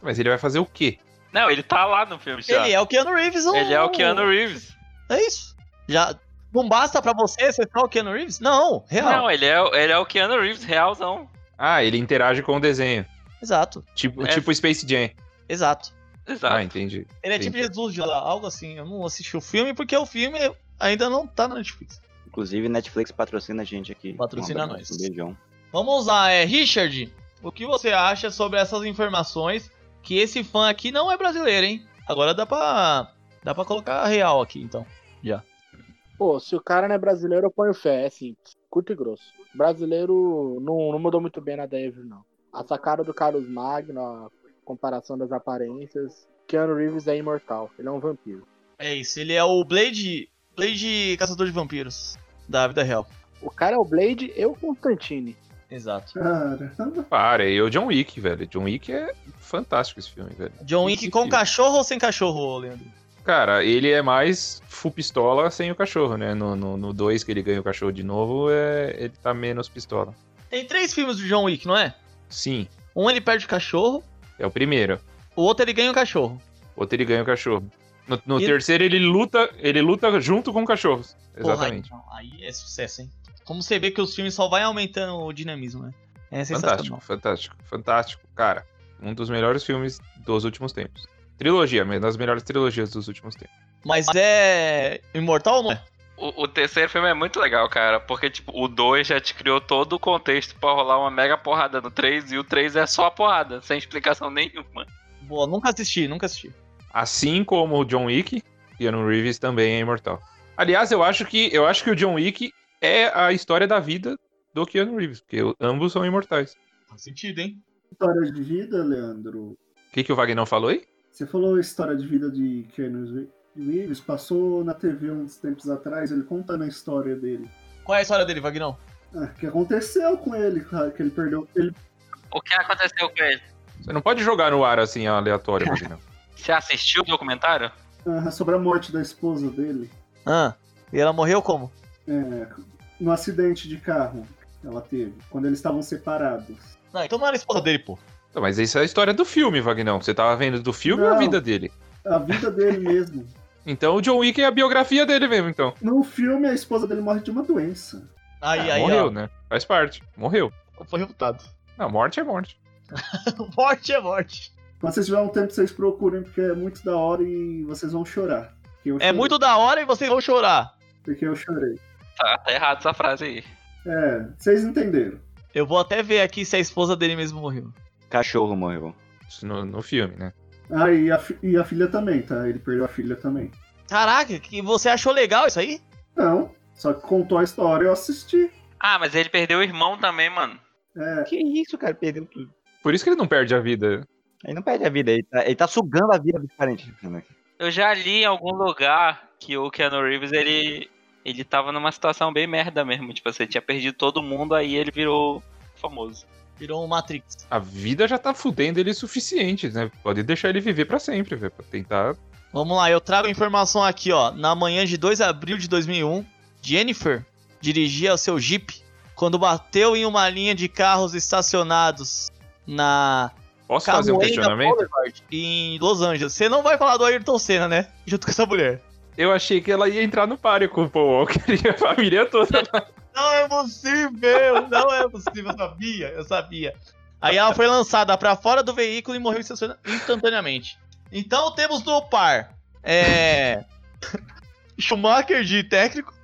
F: Mas ele vai fazer o quê?
A: Não, ele tá lá no filme já.
C: Ele é o Keanu Reeves. um-
A: Ele é o Keanu Reeves.
C: É isso. Já... Não basta pra você ser só o Keanu Reeves? Não, real.
A: Não, ele é, o- ele é o Keanu Reeves, realzão.
F: Ah, ele interage com o desenho.
C: Exato,
F: Tipo,
A: É.
F: tipo Space Jam.
C: exato.
A: Exato.
F: Ah, entendi.
C: Ele é
F: Sim.
C: tipo Jesus de lá, algo assim. Eu não assisti o filme porque o filme ainda não tá na Netflix.
B: Inclusive, Netflix patrocina a gente aqui.
C: Patrocina
B: abraço,
C: nós.
B: Um beijão.
C: Vamos lá, é Richard. O que você acha sobre essas informações? Que esse fã aqui não é brasileiro, hein? Agora dá pra. Dá pra colocar real aqui, então.
E: Pô, se o cara não é brasileiro, eu ponho fé. É simples. Curto e grosso. Brasileiro não, não mudou muito bem na Devil, não. A sacada do Carlos Magno, a comparação das aparências. Keanu Reeves é imortal. Ele é um vampiro.
C: É isso, ele é o Blade. Blade Caçador de Vampiros. Da vida real.
E: O cara é o Blade, eu Constantine.
C: Exato.
D: Cara,
F: Para, e o John Wick, velho. John Wick é fantástico esse filme, velho.
C: John Wick com cachorro ou sem cachorro, Leandro?
F: Cara, ele é mais full pistola sem o cachorro, né? No 2 no, dois que ele ganha o cachorro de novo, é, ele tá menos pistola.
C: Tem três filmes do John Wick, não é?
F: Sim,
C: Um ele perde o cachorro,
F: é o primeiro.
C: o outro ele ganha o cachorro.
F: Outro ele ganha o cachorro. No, no
C: E-
F: terceiro ele luta, ele luta junto com cachorros.
C: Porra,
F: Exatamente.
C: aí, aí é sucesso, hein? Como você vê que os filmes só vai aumentando o dinamismo, né? É
F: fantástico,
C: sensacional.
F: fantástico, fantástico. Cara, um dos melhores filmes dos últimos tempos. Trilogia, uma das melhores trilogias dos últimos tempos.
C: Mas é imortal ou não é?
A: O, o terceiro filme é muito legal, cara, porque, tipo, o 2 já te criou todo o contexto pra rolar uma mega porrada no 3, e o 3 é só a porrada, sem explicação nenhuma.
C: Boa, nunca assisti, nunca assisti.
F: Assim como o John Wick, Keanu Reeves também é imortal. Aliás, eu acho que eu acho que o John Wick é a história da vida do Keanu Reeves, porque o- ambos são imortais.
C: Faz sentido, hein?
D: história de vida, Leandro.
F: O que, que o Wagner falou aí?
D: Você falou a história de vida de Keanu Reeves, passou na TV uns tempos atrás, ele contando a história dele.
C: Qual é a história dele, Vagnão?
D: Ah, O que aconteceu com ele, cara, que ele perdeu. Ele
A: O que aconteceu com ele?
F: Isso Você não pode jogar no ar
C: [laughs]
F: assim, aleatório, imagina.
A: Você assistiu o documentário?
D: Ah, sobre a morte da esposa dele.
C: Ah, e ela morreu como?
D: É, no acidente de carro que ela teve, quando eles estavam separados.
C: Não, então não era a esposa dele, pô.
F: Não, Mas isso é a história do filme, Vagnão. Você tava vendo do filme ou a
D: Não.
F: vida dele?
D: A
C: [laughs]
D: vida dele mesmo.
F: Então o John Wick é a biografia dele mesmo, então.
D: No filme, a esposa dele morre de uma doença.
C: Aí,
F: Ah,
C: aí,
F: morreu,
C: ó.
F: né? Faz parte. Morreu.
E: Foi reputado.
F: Não, morte é morte.
C: [laughs] Morte é morte.
D: Quando vocês tiverem um tempo, vocês procurem, porque é muito da hora e vocês vão chorar. Porque eu
C: É
D: chorei,
C: muito da hora e vocês vão chorar.
D: Porque eu chorei.
A: Tá, tá errado essa frase aí.
D: É, vocês entenderam.
C: Eu vou até ver aqui se a esposa dele mesmo morreu.
B: Cachorro morreu.
F: Isso no, no filme, né?
D: Ah, e a, fi- e a filha também, tá? Ele perdeu a filha também.
C: Caraca, que você achou legal isso aí?
D: Não, só que contou a história e eu assisti.
A: Ah, mas ele perdeu o irmão também, mano.
D: É,
B: Que isso, cara? Perdeu tudo.
F: Por isso que ele não perde a vida.
B: Ele não perde a vida, ele tá, ele tá sugando a vida do parente. né?
A: Eu já li em algum lugar que o Keanu Reeves, ele, ele tava numa situação bem merda mesmo. Tipo assim, tinha perdido todo mundo, aí ele virou famoso.
C: Virou um Matrix.
F: A vida já tá fudendo ele o suficiente, né? Pode deixar ele viver pra sempre, velho. Pra tentar.
C: Vamos lá, eu trago informação aqui, ó. Na manhã de 2 de abril de 2001, Jennifer dirigia o seu Jeep quando bateu em uma linha de carros estacionados na
F: Posso fazer um
C: Camoeira
F: questionamento?
C: Boulevard, em Los Angeles. Você não vai falar do Ayrton Senna, né? Junto com essa mulher.
F: Eu achei que ela ia entrar no páreo com o Paul Walker [laughs] e a família toda.
C: Não é possível, não é possível, eu sabia, eu sabia. Aí ela foi lançada pra fora do veículo e morreu instantane- instantaneamente. Então temos no par, é... Schumacher de técnico,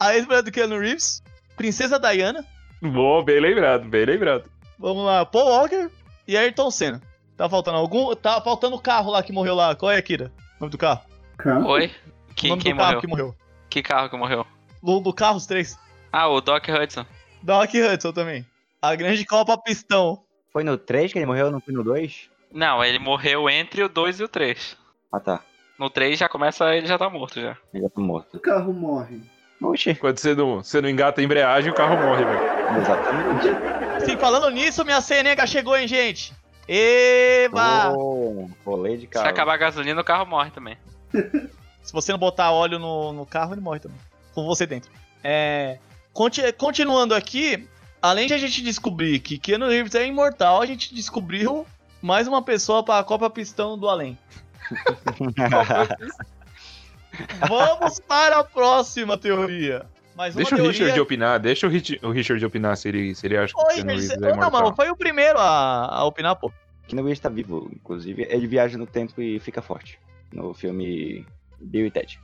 C: a ex-mulher do Keanu Reeves, Princesa Diana,
F: Bom, bem lembrado, bem lembrado.
C: vamos lá, Paul Walker e Ayrton Senna. Tá faltando algum? Tá faltando o carro lá que morreu lá, qual é, Kira? O nome do carro?
D: cara.
A: Oi?
C: o
A: Que,
C: nome
A: quem
C: do carro
A: morreu?
C: que morreu.
A: Que carro que morreu?
C: Do, do carro, os três.
A: Ah, o Doc Hudson.
C: Da Rock Hudson também. A grande Copa Pistão.
B: Foi no 3 que ele morreu, não foi no 2?
A: Não, ele morreu entre o 2 e o 3.
B: Ah tá,
A: No 3 já começa, ele já tá morto já.
B: ele já tá morto.
D: O carro morre.
B: Oxi,
F: Quando você não, você não engata a embreagem, o carro morre, velho.
B: exatamente.
C: Sim, falando nisso, minha CNH chegou, hein, gente? Eba!
B: Oh, rolê de
A: Se
B: carro.
A: acabar a gasolina, o carro morre também.
C: Se você não botar óleo no, no carro, ele morre também. Com você dentro. É. conti- continuando aqui, além de a gente descobrir que Keanu Reeves é imortal, a gente descobriu mais uma pessoa para a Copa Pistão do
F: [laughs]
C: Além. Vamos para a próxima teoria. Mais uma
F: Deixa o
C: teoria
F: Richard opinar, deixa o, Rich- o Richard opinar se ele, se ele acha que o
C: Oi,
F: Keanu Reeves
C: Reeves.
F: é
C: Não, mano,
F: imortal.
C: foi o primeiro a, a opinar, pô.
B: Que não está vivo, inclusive. Ele viaja no tempo e fica forte. No filme Bill e Ted.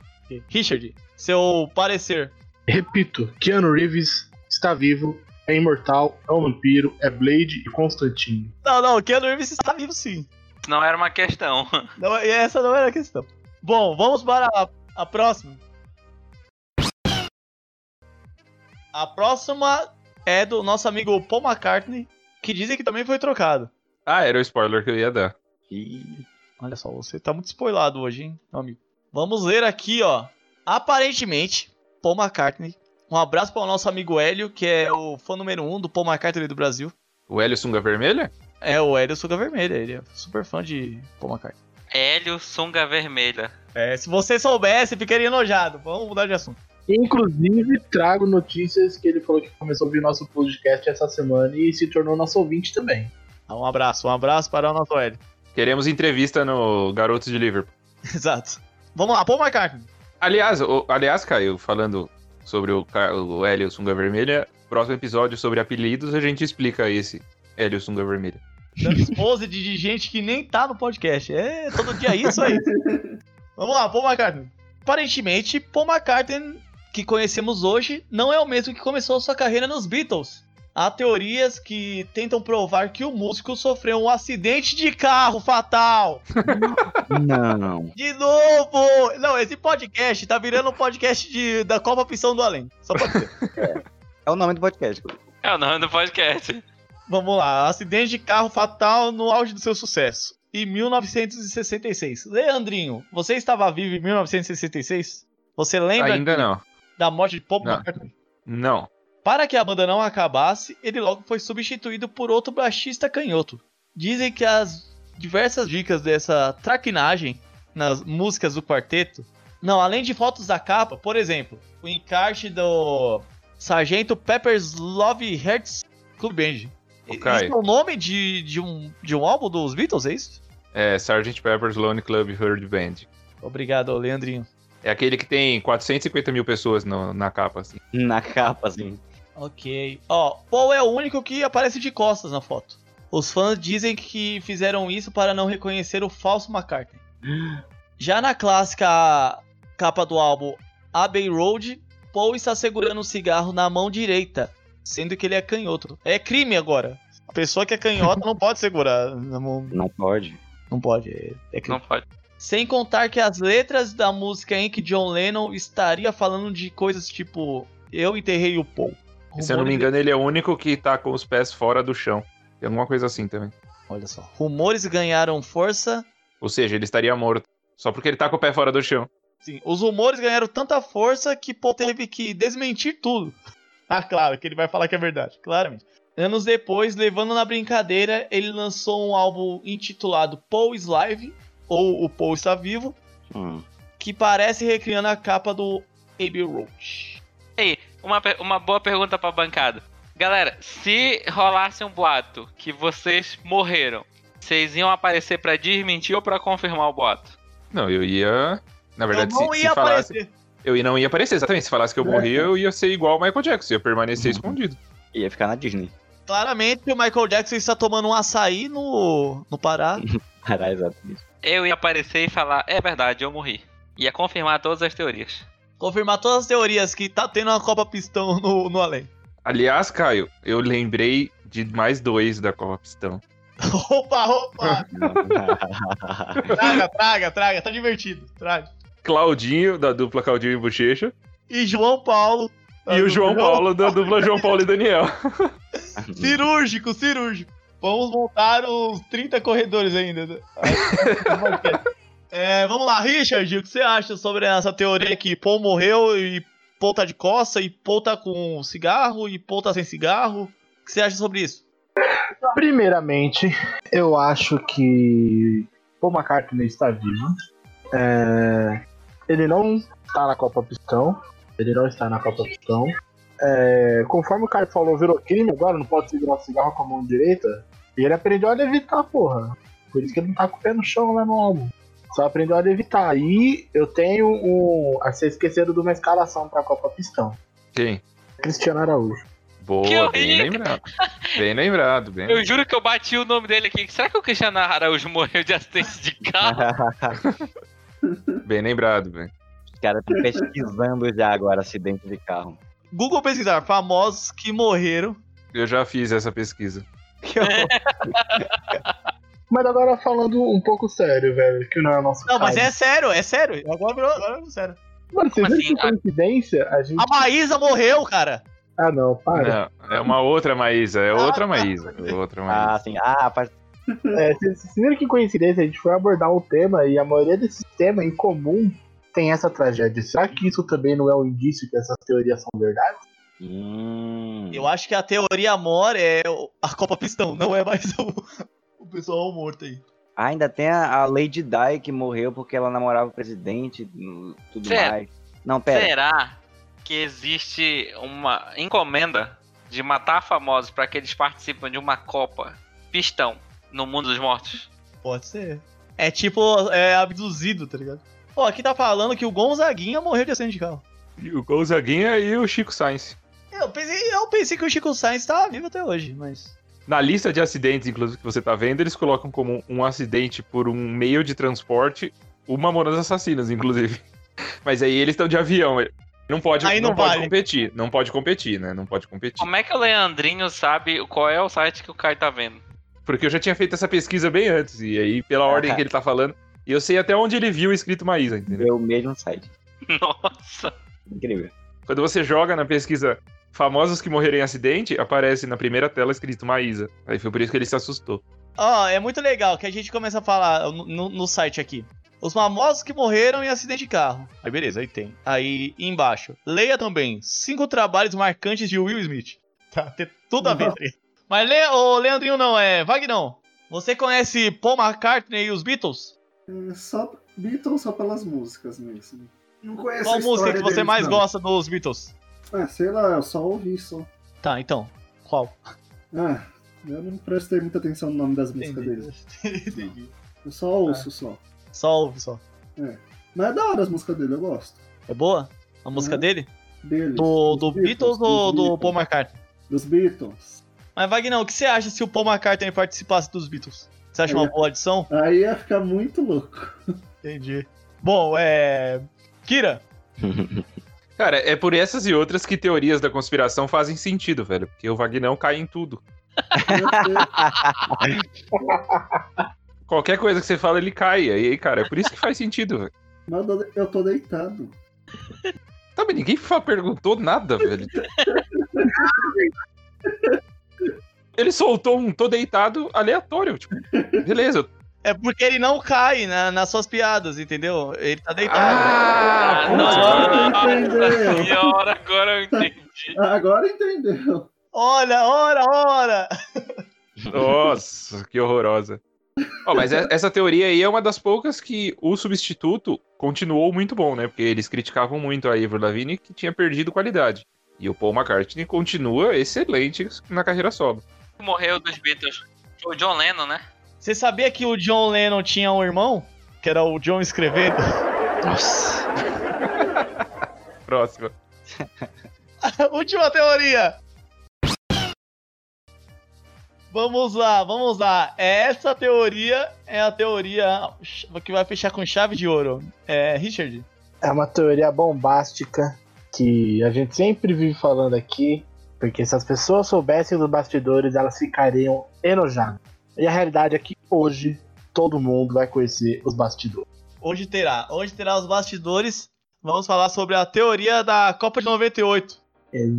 C: Richard, seu parecer.
E: Repito, Keanu Reeves está vivo, é imortal, é um vampiro, é Blade e Constantine.
C: Não, não, o Keanu Reeves está vivo sim.
A: Isso Não era uma questão. [laughs]
C: Não, e essa não era a questão. Bom, vamos para a, a próxima. A próxima é do nosso amigo Paul McCartney, que dizem que também foi trocado.
F: Ah, era o spoiler que eu ia dar.
B: E
C: Olha só, você tá muito spoilado hoje, hein, meu amigo. Vamos ler aqui, ó. Aparentemente, Paul McCartney. Um abraço para o nosso amigo Hélio, que é o fã número um do Paul McCartney do Brasil.
F: O Hélio Sunga Vermelha?
C: É, o Hélio Suga Vermelha, ele é super fã de Paul McCartney.
A: Hélio Sunga Vermelha.
C: É, se você soubesse, ficaria enojado. Vamos mudar de assunto.
E: Inclusive, trago notícias que ele falou que começou a ouvir nosso podcast essa semana e se tornou nosso ouvinte também.
C: Ah, Um abraço, um abraço para o nosso Hélio. [laughs]
F: Queremos entrevista no Garotos de Liverpool.
C: Exato. Vamos lá, Paul McCartney.
F: Aliás, o- aliás, Caio, falando sobre o, Ca- o Hélio Sunga Vermelha, próximo episódio sobre apelidos a gente explica esse Hélio Sunga Vermelha.
C: Dando esposa de, de gente que nem tá no podcast. É, todo dia isso aí. Vamos lá, Paul McCartney. Aparentemente, Paul McCartney, que conhecemos hoje, não é o mesmo que começou sua carreira nos Beatles. Há teorias que tentam provar que o músico sofreu um acidente de carro fatal.
B: Não.
C: De novo! Não, esse podcast tá virando um podcast de, da Copa Pistão do Além. Só pode ser.
B: [laughs] É o nome do podcast.
A: É o nome do podcast.
C: Vamos lá. Acidente de carro fatal no auge do seu sucesso. Em 1966. Leandrinho, você estava vivo em 1966? Você lembra
F: Ainda não.
C: da morte de Paul
F: Não.
C: McCartney?
F: Não.
C: Para que a banda não acabasse, ele logo foi substituído por outro baixista canhoto. Dizem que as diversas dicas dessa traquinagem nas músicas do quarteto, não, além de fotos da capa, por exemplo, o encarte do Sargento Pepper's Love Hearts Club Band.
F: Ô, Caio.
C: Isso é o nome de, de, um, de um álbum dos Beatles, é isso?
F: É, Sgt. Pepper's Lone Club Herd Band.
C: Obrigado, Leandrinho.
F: É aquele que tem 450 mil pessoas no- na capa, assim.
B: Na capa, assim.
C: Ok. Ó, Paul é o único que aparece de costas na foto. Os fãs dizem que fizeram isso para não reconhecer o falso McCartney. Já na clássica capa do álbum Abbey Road, Paul está segurando um cigarro na mão direita, sendo que ele é canhoto. É crime agora. A pessoa que é canhota não pode segurar na mão.
B: Não pode.
C: Não pode. É, é
A: Não
C: crime.
A: pode.
C: Sem contar que as letras da música em que John Lennon estaria falando de coisas tipo Eu enterrei o Paul.
F: E, se eu não me engano, ele é o único que tá com os pés fora do chão. Tem alguma coisa assim também.
C: Olha só. Rumores ganharam força.
F: Ou seja, ele estaria morto. Só porque ele tá com o pé fora do chão.
C: Sim, os rumores ganharam tanta força que Paul teve que desmentir tudo. [laughs] Ah, claro, que ele vai falar que é verdade, claramente. Anos depois, levando na brincadeira, ele lançou um álbum intitulado Paul is Live, ou O Paul Está Vivo,
B: Hum.
C: que parece recriando a capa do Abbey Road.
A: Uma, per- uma boa pergunta pra bancada. Galera, se rolasse um boato que vocês morreram, vocês iam aparecer pra desmentir ou pra confirmar o boato?
F: Não, eu ia. Na verdade,
C: eu não
F: se,
C: ia
F: se falasse.
C: aparecer.
F: Eu ia- não ia aparecer, exatamente. Se falasse que eu morri, eu ia ser igual o Michael Jackson. Ia permanecer
B: Uhum.
F: escondido.
B: Ia ficar na Disney.
C: Claramente, o Michael Jackson está tomando um açaí no, no
F: [laughs]
C: Pará.
B: Caralho, [laughs] exatamente.
A: Eu ia aparecer e falar, é verdade, eu morri. Ia confirmar todas as teorias.
C: confirmar todas as teorias que tá tendo uma Copa Pistão no, no além. [laughs]
F: Aliás, Caio, eu lembrei de mais dois da então. Copa Pistão.
C: Opa, opa! Traga, traga, traga, tá divertido. Traga.
F: Claudinho, da dupla Claudinho e Bochecha.
C: E João Paulo.
F: E o João Paulo, da dupla João Paulo e [laughs] Daniel.
C: Cirúrgico, cirúrgico. Vamos montar uns 30 corredores ainda.
F: [laughs]
C: né? É, vamos lá, Richard, o que você acha sobre essa teoria que Paul morreu e Paul tá de costa, e Paul tá com cigarro, e Paul tá sem cigarro? O que você acha sobre isso?
E: Primeiramente, eu acho que Paul McCartney está vivo. É, Ele não está na Copa Pistão. Ele não está na Copa Pistão. É, Conforme o cara falou, virou crime agora, não pode segurar o cigarro com a mão direita. E ele aprendeu a levitar, porra. Por isso que ele não tá com o pé no chão lá no álbum. Só aprendeu a levitar. E eu tenho um. Ah, Vocês esqueceram de uma escalação pra Copa Pistão.
F: Quem?
E: Cristiano Araújo.
A: Que
F: Boa,
A: horrível.
F: bem lembrado. Bem lembrado, bem
A: Eu juro que eu bati o nome dele aqui. Será que o Cristiano Araújo morreu de acidente de carro?
F: Bem lembrado, velho.
B: Os caras estão pesquisando já agora acidente de carro.
C: Google pesquisar famosos que morreram.
F: Eu já fiz essa pesquisa.
E: Mas agora falando um pouco sério, velho, que não é o nosso
C: Não, mas
E: caso.
C: é sério, é sério. Agora virou, agora virou sério.
E: Mano, você
A: Como
E: viu
A: assim?
E: que coincidência? A gente.
C: A Maísa morreu, cara.
E: Ah, não, para.
F: Não, é uma outra Maísa, é
A: Ah.
F: outra Maísa. é Outra Maísa.
B: Ah, assim, ah, faz
E: É, vocês vocês viram que coincidência? A gente foi abordar um tema e a maioria desses temas em comum tem essa tragédia. Será que isso também não é um indício que essas teorias são verdade?
B: Hum.
C: Eu acho que a teoria mor é o- a Copa Pistão, não é mais o, o pessoal morto aí.
B: Ah, ainda tem a, a Lady Di que morreu porque ela namorava o presidente hum, tudo
A: Sério?
B: mais. Não, pera.
A: Será que existe uma encomenda de matar famosos pra que eles participem de uma Copa Pistão no mundo dos mortos?
C: Pode ser. É tipo, é abduzido, tá ligado? Ó, aqui tá falando que o Gonzaguinha morreu de acidente de carro.
F: E O Gonzaguinha e o Chico Sainz.
C: Eu pensei, eu pensei que o Chico Sainz tava vivo até hoje, mas.
F: Na lista de acidentes, inclusive, que você tá vendo, eles colocam como um acidente por um meio de transporte o Mamonas Assassinas, inclusive. [laughs] Mas aí eles estão de avião. Não pode,
C: Aí não
F: não pode
C: vale.
F: competir. Não pode competir, né? Não pode competir.
A: Como é que o Leandrinho sabe qual é o site que o Caio tá vendo? [laughs]
F: Porque eu já tinha feito essa pesquisa bem antes. E aí, pela ordem que ele tá falando, e eu sei até onde ele viu escrito Maísa, entendeu?
B: Deu o mesmo site.
A: Nossa!
B: Incrível.
F: Quando você joga na pesquisa famosos que morreram em acidente, aparece na primeira tela escrito Maísa. Aí foi por isso que ele se assustou.
C: Ó, é muito legal que a gente começa a falar no, no- no site aqui. Os famosos que morreram em acidente de carro. Aí beleza, aí tem. Aí embaixo. Leia também. Cinco trabalhos marcantes de Will Smith. Tá, tem tudo a ver. Mas leia, ô Leandrinho não, é. Vagnão. Você conhece Paul McCartney e os Beatles?
D: É, Só Beatles só pelas músicas mesmo. Não conheço a
C: Qual música
D: história
C: que você
D: deles,
C: mais
D: não.
C: gosta dos Beatles?
D: Ah, sei lá, eu só ouvi só.
C: Tá, então. Qual?
D: Ah, eu não prestei muita atenção no nome das músicas deles.
C: Entendi. É.
D: Eu só ouço só.
C: [laughs] Só ouve, só.
D: Mas é da hora as músicas dele, eu gosto.
C: É boa? A música
D: Uhum.
C: dele?
D: Deles.
C: Do, do
D: Dos
C: Beatles ou
D: dos
C: do
D: Beatles,
C: Paul McCartney?
D: Dos Beatles.
C: Mas, Vagnão, o que você acha se o Paul McCartney participasse dos Beatles? Você acha uma
D: É.
C: boa adição?
D: Aí ia ficar muito louco.
C: Entendi. Bom, é. Kira,
F: Cara, é por essas e outras que teorias da conspiração fazem sentido, velho. Porque o Vagnão cai em tudo.
D: Ia ser-
F: Qualquer coisa que você fala, ele cai. E aí, cara, é por isso que faz sentido, velho.
D: Mas eu tô- eu tô deitado.
F: Tá, mas ninguém fa- perguntou nada, velho. Ele soltou um tô deitado aleatório, tipo. Beleza.
C: é porque ele não cai na- nas suas piadas, entendeu? Ele tá deitado.
F: Ah,
A: Ah,
F: putz,
D: agora
A: nossa
D: entendeu.
A: senhora, agora eu entendi.
D: Ah, Agora entendeu.
C: Olha, ora, ora!
F: Nossa, que horrorosa. Ó, mas é- essa teoria aí é uma das poucas que o substituto continuou muito bom, né? Porque eles criticavam muito a Ivor Lavigne que tinha perdido qualidade. E o Paul McCartney continua excelente na carreira solo.
A: [laughs] Morreu dos Beatles. O John Lennon, né?
C: Você sabia que o John Lennon tinha um irmão? Que era o John escrevendo? [laughs]
E: Nossa.
F: Próxima.
C: Última teoria. Vamos lá, vamos lá. É, Essa teoria é a teoria ah, que vai fechar com chave de ouro. É, Richard.
E: É uma teoria bombástica que a gente sempre vive falando aqui, porque se as pessoas soubessem dos bastidores, elas ficariam enojadas. E a realidade é que hoje todo mundo vai conhecer os bastidores.
C: Hoje terá, hoje terá os bastidores. Vamos falar sobre a teoria da Copa de 98.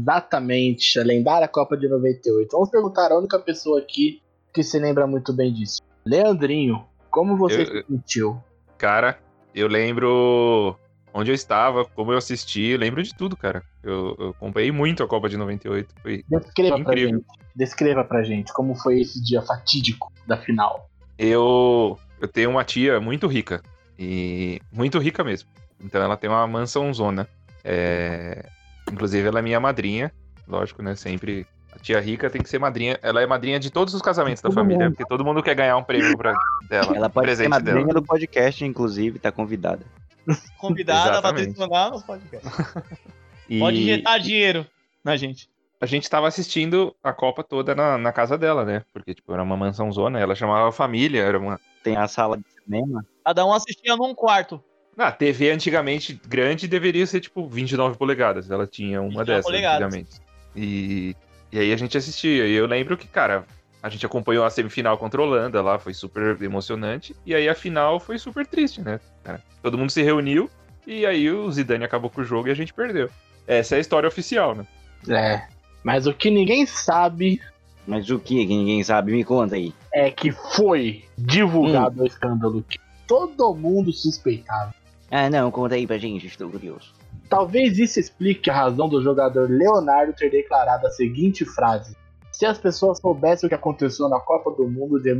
E: Exatamente, a lendária Copa de 98. Vamos perguntar à única pessoa aqui que se lembra muito bem disso. Leandrinho, como você
F: Eu-
E: se sentiu?
F: Cara, eu lembro onde eu estava, como eu assisti, eu lembro de tudo, cara. Eu, eu acompanhei muito a Copa de 98. Foi
E: Descreva
F: Incrível.
E: pra gente. Descreva pra gente como foi esse dia fatídico da final.
F: Eu, eu tenho uma tia muito rica. E muito rica mesmo. Então ela tem uma mansãozona. É, inclusive, ela é minha madrinha. Lógico, né? Sempre. A tia rica tem que ser madrinha. Ela é madrinha de todos os casamentos da
E: Todo
F: família.
E: mundo.
F: Porque todo mundo quer ganhar um prêmio pra dela. um
B: Ela pode ser
F: presente
B: madrinha
F: dela.
B: do podcast, inclusive, tá convidada.
C: Convidada a
F: Exatamente.
C: patrocinar nos podcasts.
F: E
C: Pode injetar dinheiro na gente.
F: a gente tava assistindo a Copa toda na, na casa dela, né? Porque, tipo, era uma mansãozona. Ela chamava a família. Era uma.
B: Tem a sala de cinema.
C: Cada um assistia num quarto.
F: Na TV antigamente grande deveria ser tipo 29 polegadas. Ela tinha uma
C: 29
F: dessas
C: polegadas.
F: antigamente. E, e aí a gente assistia. E eu lembro que, cara, a gente acompanhou a semifinal contra a Holanda lá, foi super emocionante. E aí a final foi super triste, né? cara? Todo mundo se reuniu e aí o Zidane acabou com o jogo e a gente perdeu. Essa é a história oficial, né?
E: É. Mas o que ninguém sabe
B: Mas o que que ninguém sabe? Me conta aí.
E: é que foi divulgado
F: Hum.
E: o escândalo que todo mundo suspeitava.
B: Ah, não, conta aí pra gente, estou curioso.
E: Talvez isso explique a razão do jogador Leonardo ter declarado a seguinte frase: Se as pessoas soubessem o que aconteceu na Copa do Mundo de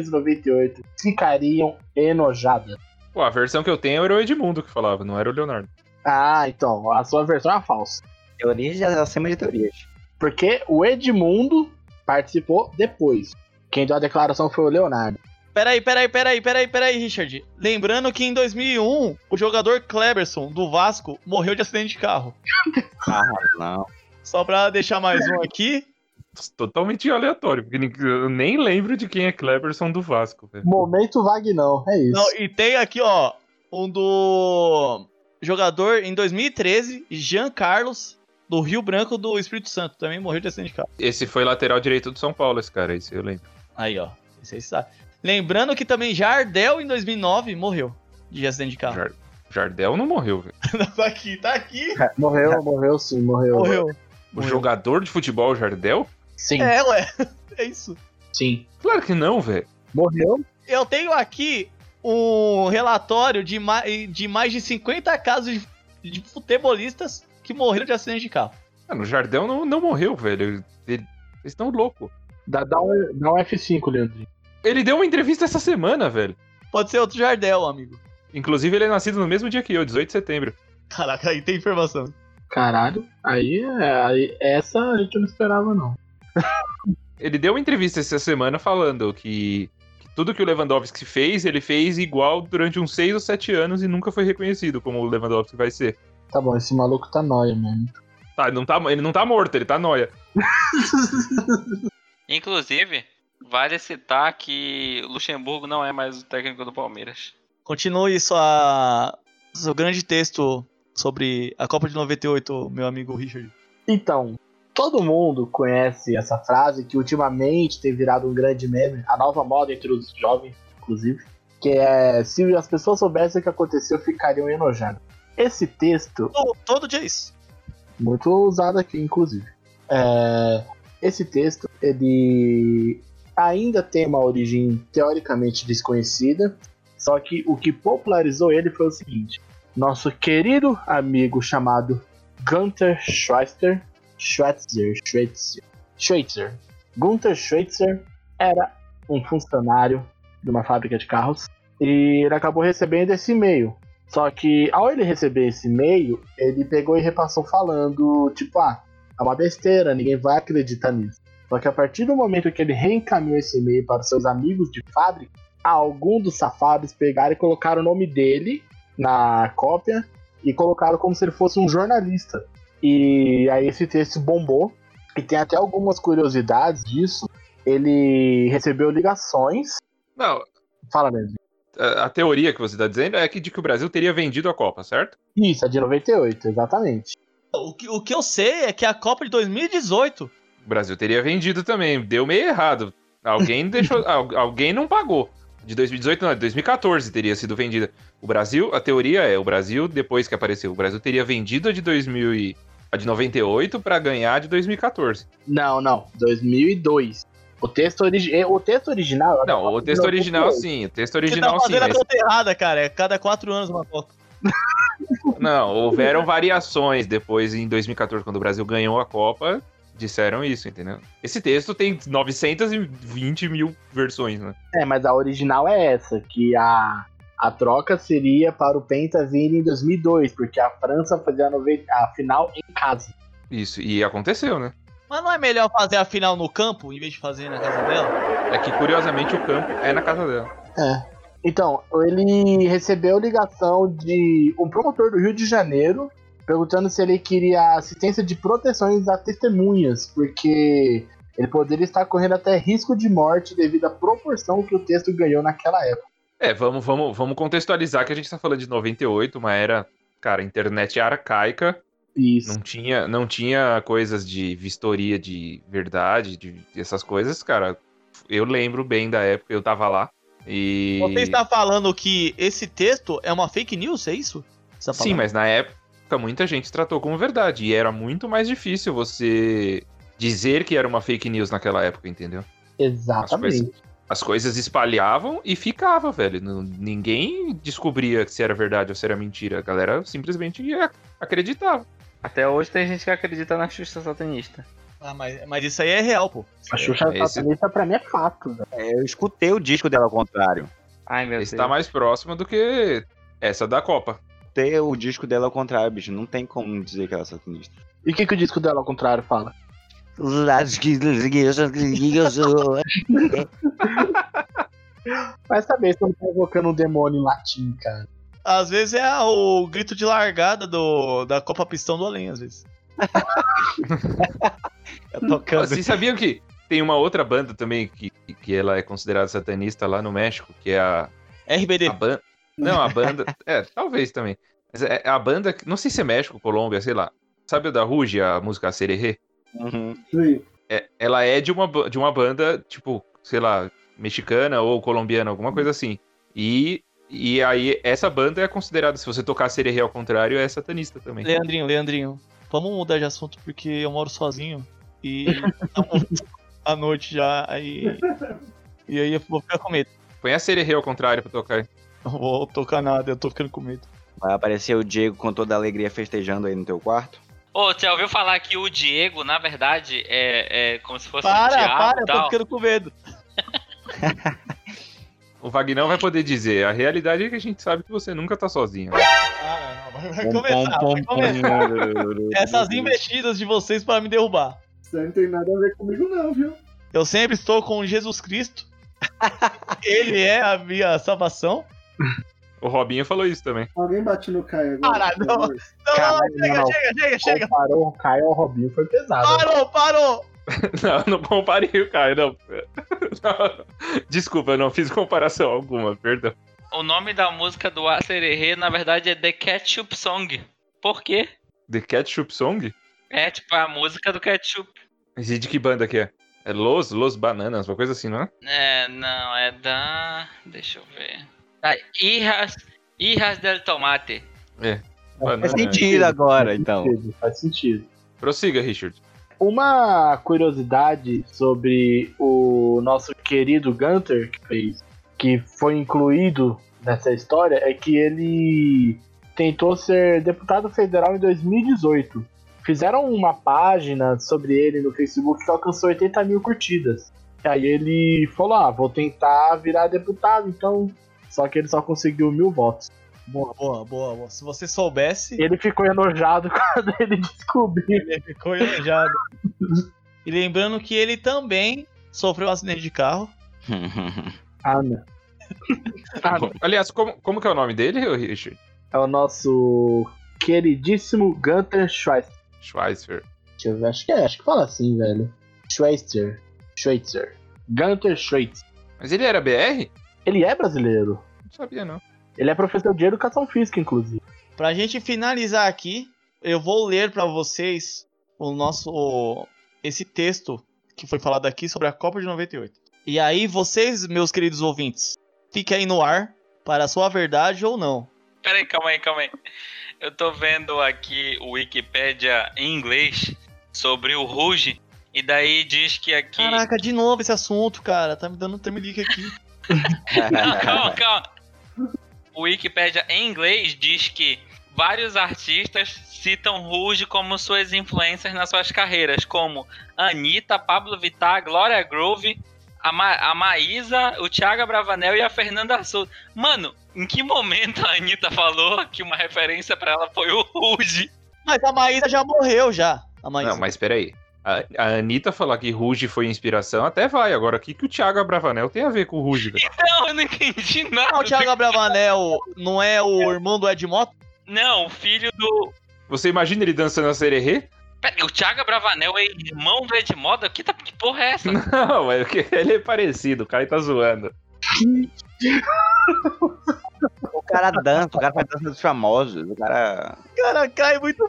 E: 1998, ficariam enojadas.
F: Pô, a versão que eu tenho era o Edmundo que falava, não era o Leonardo.
E: Ah, então, a sua versão é falsa.
B: Teorias já acima de teorias.
E: Porque o Edmundo participou depois. Quem deu a declaração foi o Leonardo.
C: Peraí, peraí, peraí, peraí, peraí, Richard. Lembrando que em 2001, o jogador Kleberson, do Vasco, morreu de acidente de carro.
B: Ah, não.
C: Só pra deixar mais um aqui.
F: Totalmente aleatório, porque ninguém- eu nem lembro de quem é Cleberson do Vasco, velho.
E: Momento Vagnão, é isso.
C: Não, e tem aqui, ó, um do jogador em 2013, Jean Carlos, do Rio Branco do Espírito Santo. Também morreu de acidente de carro.
F: Esse foi lateral direito do São Paulo, esse cara, esse eu lembro.
C: Aí, ó. Esse aí sabe. Lembrando que também Jardel, em 2009, morreu de acidente de carro.
F: Jar- Jardel não morreu, velho.
C: [laughs] tá aqui, tá aqui.
E: Morreu, morreu sim, morreu.
C: Morreu.
F: O jogador de futebol Jardel?
E: Sim,
C: É, ué. [laughs] É isso.
E: sim.
F: Claro que não, velho.
E: Morreu.
C: Eu tenho aqui um relatório de, ma de mais de 50 casos de, de futebolistas que morreram de acidente de carro.
F: Mano, o Jardel não, não morreu, velho. Ele- Vocês estão loucos.
E: Dá, dá, um, dá um F5, Leandrinho.
F: Ele deu uma entrevista essa semana, velho.
C: Pode ser outro Jardel, amigo.
F: Inclusive, ele é nascido no mesmo dia que eu, 18 de setembro.
C: Caraca, aí tem informação.
E: Caralho, aí, é- aí essa a gente não esperava, não.
F: Ele deu uma entrevista essa semana falando que, que tudo que o Lewandowski fez, ele fez igual durante uns 6 ou 7 anos e nunca foi reconhecido como o Lewandowski vai ser.
E: Tá bom, esse maluco tá nóia mesmo.
F: Tá, ele não tá, ele não tá morto, ele tá noia.
A: Inclusive, vale citar que o Luxemburgo não é mais o técnico do Palmeiras.
C: Continue sua, seu grande texto sobre a Copa de 98, meu amigo Richard.
E: Então, todo mundo conhece essa frase que ultimamente tem virado um grande meme, a nova moda entre os jovens, inclusive, que é se as pessoas soubessem o que aconteceu, ficariam enojadas. Esse texto
C: Todo, todo dia é isso.
E: muito usado aqui, inclusive. É, esse texto, ele ainda tem uma origem teoricamente desconhecida, só que o que popularizou ele foi o seguinte: nosso querido amigo chamado Gunther Schweitzer, Schweitzer, Schweitzer, Schweitzer. Gunther Schweitzer era um funcionário de uma fábrica de carros e ele acabou recebendo esse e-mail só que ao ele receber esse e-mail, ele pegou e repassou falando, tipo, ah, é uma besteira, ninguém vai acreditar nisso. Só que a partir do momento que ele reencaminhou esse e-mail para os seus amigos de fábrica, algum dos safados pegaram e colocaram o nome dele na cópia e colocaram como se ele fosse um jornalista. E aí esse texto bombou. E tem até algumas curiosidades disso. Ele recebeu ligações.
F: Não,
E: Fala mesmo.
F: a, a teoria que você tá dizendo é que de que o Brasil teria vendido a Copa, certo?
E: Isso, é de 98, exatamente.
C: O que, o que eu sei é que a Copa de 2018
F: O Brasil teria vendido também. Deu meio errado.
C: [laughs]
F: Alguém deixou. al- alguém não pagou. De 2018, não, de 2014 teria sido vendida. O Brasil, a teoria é, o Brasil, depois que apareceu, o Brasil teria vendido a de 2000 e, a de 98 para ganhar a de 2014.
E: Não, não. 2002. O texto, origi eh, o texto original.
F: Não, o texto original
E: sim.
F: sim, o texto
C: você tá
F: original sim,
C: fazendo a
F: mas
C: conta errada, cara. É cada quatro anos uma Copa.
F: não, houveram variações depois em 2014 quando o Brasil ganhou a Copa, disseram isso, entendeu? Esse texto tem 920 mil versões, né?
E: É, mas a original é essa, que a, a troca seria para o Penta vir em 2002, porque a França fazia a, nove- a final em casa.
F: Isso, e aconteceu, né?
C: Mas não é melhor fazer a final no campo em vez de fazer na casa dela?
F: É que curiosamente o campo é na casa dela.
E: Então, ele recebeu ligação de um promotor do Rio de Janeiro perguntando se ele queria assistência de proteções a testemunhas, porque ele poderia estar correndo até risco de morte devido à proporção que o texto ganhou naquela época.
F: É, vamos, vamos, vamos contextualizar que a gente tá falando de 98, uma era, cara, internet arcaica,
E: Isso.
F: não tinha, não tinha coisas de vistoria de verdade, de, essas coisas, cara. Eu lembro bem da época, eu tava lá e
C: Você está falando que esse texto é uma fake news, é isso? Essa
F: Sim,
C: palavra?
F: mas na época muita gente tratou como verdade e era muito mais difícil você dizer que era uma fake news naquela época, entendeu?
E: Exatamente.
F: As coisas espalhavam e ficava, velho. Não- Ninguém descobria se era verdade ou se era mentira. A galera simplesmente ia- acreditava.
A: Até hoje tem gente que acredita na justiça satanista.
C: Ah, mas, mas isso aí é real, pô.
E: A Xuxa
F: Esse-
E: satanista pra mim é fato, velho.
B: É, eu escutei o disco dela ao contrário.
A: Ai, meu
F: Esse
A: Deus.
F: tá mais próximo do que essa da Copa.
B: Ter o disco dela ao contrário, bicho. Não tem como dizer que ela é satanista.
E: E o que, que o disco dela ao contrário fala? [laughs] Vai saber se eu não tô invocando um demônio em latim, cara.
C: Às vezes é a- o grito de largada do, da Copa Pistão do Além, às
F: [laughs]
C: vezes.
B: Eu tocando.
F: Vocês sabiam que tem uma outra banda também que, que ela é considerada satanista lá no México, que é a,
C: RBD.
F: a banda. Não, a banda. [laughs] É, talvez também. Mas é a banda. Não sei se é México, Colômbia, sei lá. Sabe o da Ruge, a música Sererê?
B: Uhum.
D: Sim.
F: É, ela é de uma, ba- de uma banda, tipo, sei lá, mexicana ou colombiana, alguma coisa assim. E, e aí, essa banda é considerada, se você tocar Sererê ao contrário, é satanista também.
C: Leandrinho, Leandrinho, vamos mudar de assunto porque eu moro sozinho e tá [laughs] a noite já aí e aí eu vou ficar com medo.
F: Põe a Sererê ao contrário pra tocar.
C: Não vou tocar nada, eu tô ficando com medo.
B: Vai aparecer o Diego com toda a alegria festejando aí no teu quarto.
A: Ô, você já ouviu falar que o Diego, na verdade, é, é como se fosse um
C: Para,
A: diabo
C: para,
A: e
C: eu tô
A: tal?
C: ficando com medo.
F: O Vagnão vai poder dizer, a realidade é que a gente sabe que você nunca tá sozinho.
C: Ah, não, vai, vai
G: um
C: começar, vai começar. Essas investidas de vocês pra me derrubar.
D: Isso aí não tem nada a ver comigo, não, viu?
C: Eu sempre estou com Jesus [laughs] Cristo. Ele é a minha salvação.
F: O Robinho falou isso também. [laughs]
D: Alguém bate no Caio agora.
C: Para,
D: por
C: não.
D: favor.
C: Não,
E: Caralho,
C: não,
E: não.
C: não, chega, chega, chega, chega.
E: Comparou o Caio ao Robinho, foi pesado.
C: Parou, parou.
F: Não, não comparei o Caio, não. [laughs] Não. Desculpa, eu não fiz comparação alguma, perdão.
A: O nome da música do Acererê, na verdade, é The Ketchup Song. Por quê?
F: The Ketchup Song?
A: É tipo a música do ketchup.
F: Mas E de que banda que é? É Los, Los Bananas, uma coisa assim, não é?
A: É, não, é da. Deixa eu ver. Da Irras, Irras del Tomate.
B: Faz
F: Banana.
B: sentido agora, então.
E: Faz sentido, faz sentido.
F: Prossiga, Richard.
E: Uma curiosidade sobre o nosso querido Gunter que fez, que foi incluído nessa história, é que ele tentou ser deputado federal em 2018. Fizeram uma página sobre ele no Facebook que alcançou 80 mil curtidas. E aí ele falou: ah, vou tentar virar deputado, então. Só que ele só conseguiu mil votos.
C: Boa, boa, boa, boa. Se você soubesse,
E: Ele ficou enojado [laughs] quando ele descobriu.
C: ele ficou elogiado. E lembrando que ele também sofreu um acidente de carro.
E: Ah, não. Ah, não.
F: Aliás, como, como que é o nome dele, ô Richard?
E: é o nosso queridíssimo Gunter Schweitzer.
F: Schweitzer.
E: Deixa eu ver, acho que é, acho que fala assim, velho. Schweitzer. Schweitzer. Gunter Schweitzer.
F: Mas ele era BR?
E: Ele é brasileiro.
F: Não sabia, não.
E: Ele é professor de educação física, inclusive.
C: Pra gente finalizar aqui, eu vou ler pra vocês o nosso o- esse texto que foi falado aqui sobre a Copa de 98. E aí vocês, meus queridos ouvintes, fiquem aí no ar para a sua verdade ou não.
A: Peraí, calma aí, calma aí. Eu tô vendo aqui o Wikipédia em inglês sobre o Ruge. E daí diz que aqui.
C: Caraca, de novo esse assunto, cara. Tá me dando um tremelique aqui.
B: [laughs]
A: Não, calma, calma. O Wikipédia em inglês diz que vários artistas citam Rouge como suas influências nas suas carreiras, como Anitta, Pablo Vittar, Glória Groove, a, Ma a Maísa, o Thiago Bravanel e a Fernanda Souza. Mano, em que momento a Anitta falou que uma referência pra ela foi o Rouge?
C: Mas a Maísa já morreu já. A Maísa.
F: Não, mas peraí. A, a Anitta falar que Ruge foi inspiração até vai. Agora, o que, que o Thiago Abravanel tem a ver com o Ruge, velho?
A: Não, eu não entendi nada.
C: Não, o Thiago Abravanel não é o irmão do Edmoto?
A: Não, o filho do...
F: Você imagina ele dançando a sererê? [laughs]
A: Pera, o Thiago Bravanel é irmão do Edmoda? Que, tá... que porra é essa?
F: Não, é porque ele é parecido. O cara tá zoando.
B: [laughs] O cara dança, o cara faz dança dos famosos. O cara.
C: Cara, cai muito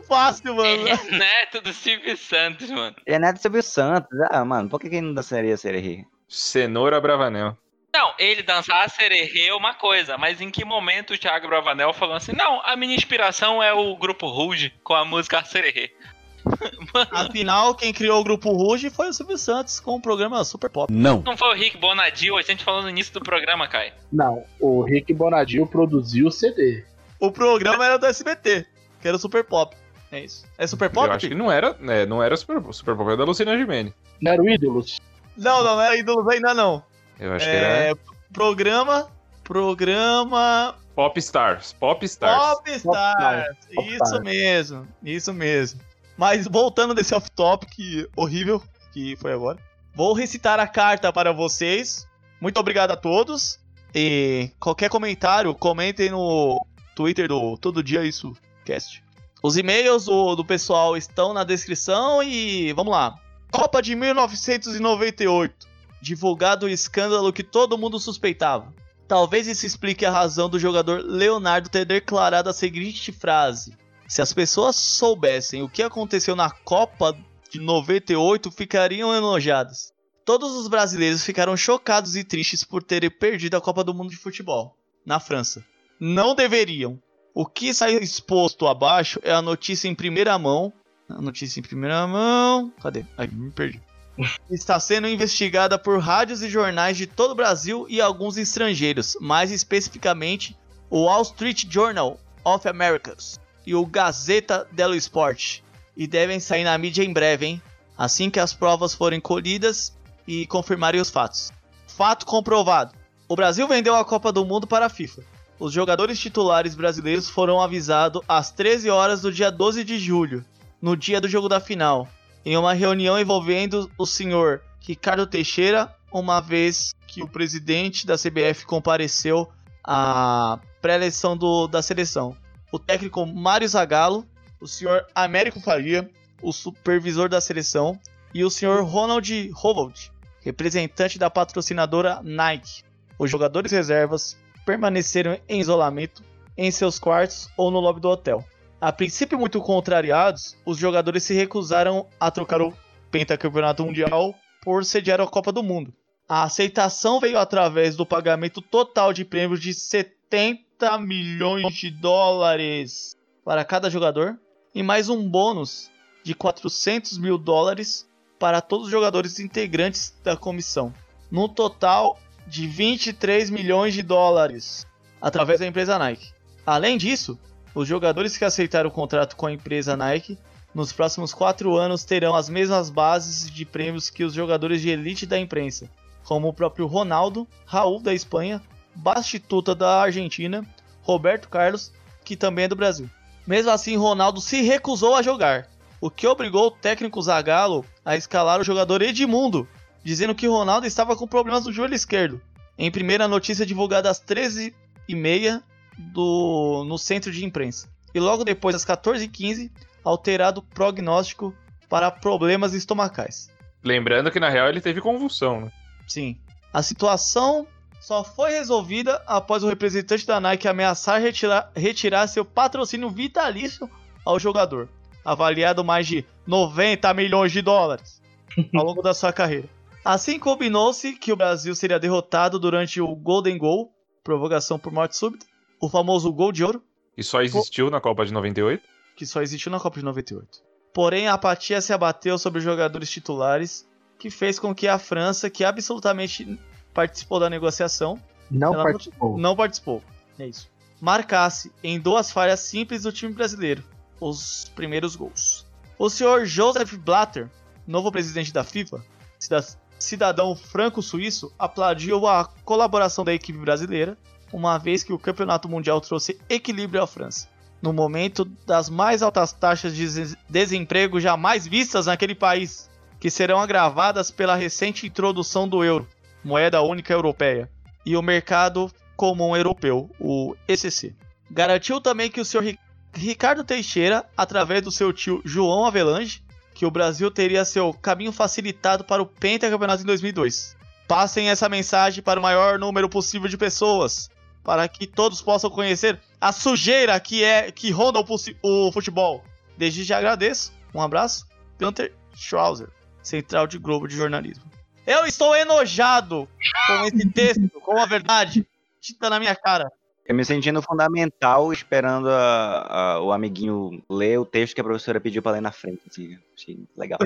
A: [laughs]
C: fácil, mano.
A: É, Neto do Silvio Santos, mano.
B: Ele é neto do Silvio Santos. Ah, mano, por que que ele não dançaria sererê?
F: Cenoura Abravanel.
A: Não, ele dançar sererê é uma coisa, mas em que momento o Thiago Bravanel falou assim: não, a minha inspiração é o grupo Rude com a música sererê.
C: Afinal, quem criou o grupo Ruge foi o Silvio Santos com o programa Super Pop.
G: Não.
A: Não foi o Rick Bonadil, a gente falou no início do programa, Kai.
E: Não, o Rick Bonadil produziu o CD.
C: O programa era do SBT, que era o Super Pop. É isso. É Super Pop?
F: Eu acho que
C: Pico?
F: não era, né, não era Super, Super Pop, era da Lucina Gimene.
E: Não era o Ídolos?
C: Não, não, não era ídolos ainda não.
F: Eu acho que
C: é.
F: era
C: Programa. Programa.
F: Popstars. Popstars.
C: Pop Stars.
E: Pop
C: Isso
E: Stars.
C: mesmo. Isso mesmo. Mas voltando desse off-topic horrível que foi agora. Vou recitar a carta para vocês. Muito obrigado a todos. E qualquer comentário, comentem no Twitter do Todo Dia Isso Cast. Os e-mails do, do pessoal estão na descrição e vamos lá. Copa de 1998. Divulgado o escândalo que todo mundo suspeitava. Talvez isso explique a razão do jogador Leonardo ter declarado a seguinte frase: Se as pessoas soubessem o que aconteceu na Copa de 98, ficariam enojadas. Todos os brasileiros ficaram chocados e tristes por terem perdido a Copa do Mundo de Futebol na França. Não deveriam. O que saiu exposto abaixo é a notícia em primeira mão. A notícia em primeira mão. Cadê? Ai, me perdi está sendo investigada por rádios e jornais de todo o Brasil e alguns estrangeiros, mais especificamente o Wall Street Journal of Americas e o Gazeta dello Sport. E devem sair na mídia em breve, hein? Assim que as provas forem colhidas e confirmarem os fatos. Fato comprovado: o Brasil vendeu a Copa do Mundo para a FIFA. Os jogadores titulares brasileiros foram avisados às 13 horas do dia 12 de julho, no dia do jogo da final, em uma reunião envolvendo o senhor Ricardo Teixeira, uma vez que o presidente da CBF compareceu à pré-eleição do- da seleção. O técnico Mário Zagallo, o senhor Américo Faria, o supervisor da seleção, e o senhor Ronald Rovold, representante da patrocinadora Nike. Os jogadores reservas permaneceram em isolamento em seus quartos ou no lobby do hotel. A princípio muito contrariados, os jogadores se recusaram a trocar o pentacampeonato mundial por sediar a Copa do Mundo. A aceitação veio através do pagamento total de prêmios de 70 milhões de dólares para cada jogador e mais um bônus de 400 mil dólares para todos os jogadores integrantes da comissão. No total de 23 milhões de dólares através da empresa Nike. Além disso, os jogadores que aceitaram o contrato com a empresa Nike nos próximos quatro anos terão as mesmas bases de prêmios que os jogadores de elite da imprensa, como o próprio Ronaldo, Raul da Espanha, Bastituta da Argentina, Roberto Carlos, que também é do Brasil. Mesmo assim, Ronaldo se recusou a jogar, o que obrigou o técnico Zagallo a escalar o jogador Edmundo, dizendo que Ronaldo estava com problemas no joelho esquerdo. Em primeira notícia divulgada às 13h30 do, no centro de imprensa. E logo depois, às 14h15, alterado o prognóstico para problemas estomacais.
F: Lembrando que na real ele teve convulsão, né?
C: Sim. A situação só foi resolvida após o representante da Nike ameaçar retirar, retirar seu patrocínio vitalício ao jogador, avaliado mais de 90 milhões de dólares ao longo da sua carreira. Assim combinou-se que o Brasil seria derrotado durante o Golden Goal, provocação por morte súbita, o famoso gol de ouro,
F: E só existiu na Copa de 98.
C: que só existiu na Copa de 98. Porém, a apatia se abateu sobre os jogadores titulares, que fez com que a França, que absolutamente participou da negociação,
E: Não
C: Ela-
E: participou.
C: não participou. É isso. Marcasse em duas falhas simples do time brasileiro os primeiros gols. O senhor Joseph Blatter, novo presidente da FIFA, cida- cidadão franco-suíço, aplaudiu a colaboração da equipe brasileira, uma vez que o campeonato mundial trouxe equilíbrio à França, no momento das mais altas taxas de des- desemprego jamais vistas naquele país, que serão agravadas pela recente introdução do euro, moeda única europeia, e o mercado comum um europeu, o ECC. Garantiu também que o senhor Ri- Ricardo Teixeira, através do seu tio João Avelange, que o Brasil teria seu caminho facilitado para o pentacampeonato em 2002. Passem essa mensagem para o maior número possível de pessoas, para que todos possam conhecer a sujeira que é que ronda o, possi- o futebol. Desde já agradeço. Um abraço, Gunter Schauser, Central de Globo de Jornalismo. Eu estou enojado com esse texto, com a verdade. Tita na minha cara.
B: Eu me sentindo fundamental esperando a- a- o amiguinho ler o texto que a professora pediu pra ler na frente. assim. Achei legal.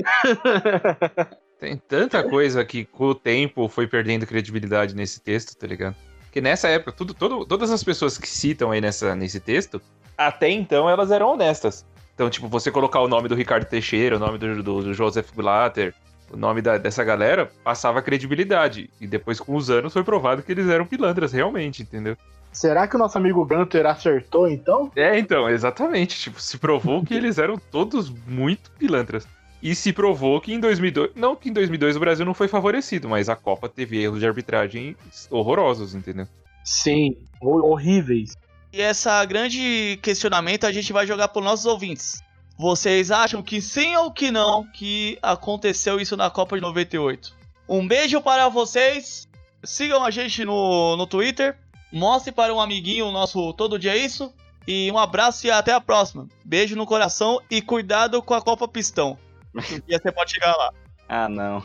F: Tem tanta coisa que com o tempo foi perdendo credibilidade nesse texto, tá ligado? Que nessa época, tudo, todo- todas as pessoas que citam aí nessa, nesse texto, até então elas eram honestas. Então, tipo, você colocar o nome do Ricardo Teixeira, o nome do, do, do Joseph Blatter, o nome da- dessa galera, passava credibilidade. E depois, com os anos, foi provado que eles eram pilantras, realmente, entendeu?
E: Será que o nosso amigo Gunter acertou então?
F: É, então, exatamente. Tipo, se provou que eles eram todos muito pilantras. E se provou que em 2002. Não que em 2002 o Brasil não foi favorecido, mas a Copa teve erros de arbitragem horrorosos, entendeu?
E: Sim. Ho- Horríveis.
C: E essa grande questionamento a gente vai jogar para nossos ouvintes. Vocês acham que sim ou que não que aconteceu isso na Copa de 98? Um beijo para vocês. Sigam a gente no, no Twitter. Mostre para um amiguinho o nosso Todo Dia é Isso. E um abraço e até a próxima. Beijo no coração e cuidado com a Copa Pistão. Que um dia você pode chegar lá.
B: Ah, não.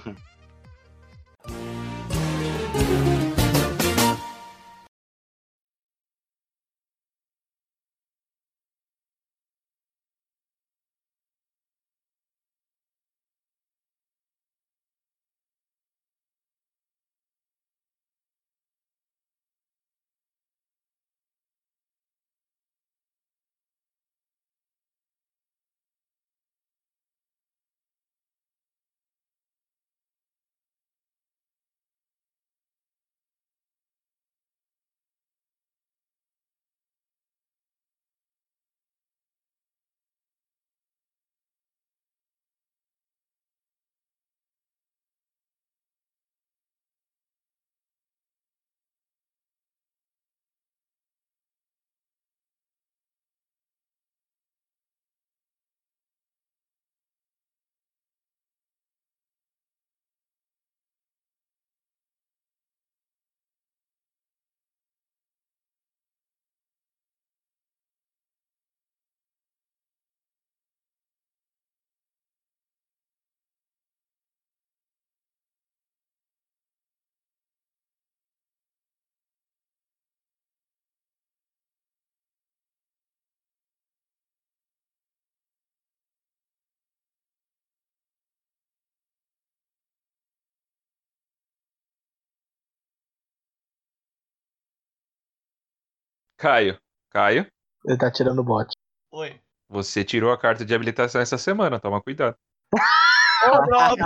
F: Caio, Caio,
D: Ele tá tirando o bote.
C: Oi.
F: você tirou a carta de habilitação essa semana, toma cuidado.
C: Ô, droga!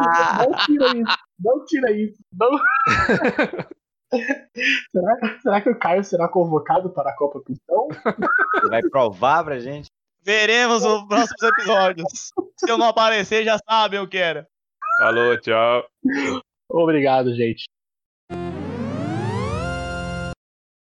D: Não tira isso. Não tira isso. [laughs] Não. será, será que o Caio será convocado para a Copa Pistão?
B: Você vai provar pra gente?
C: Veremos nos próximos episódios. Se eu não aparecer, já sabem o que era.
F: Falou, tchau.
D: Obrigado, gente.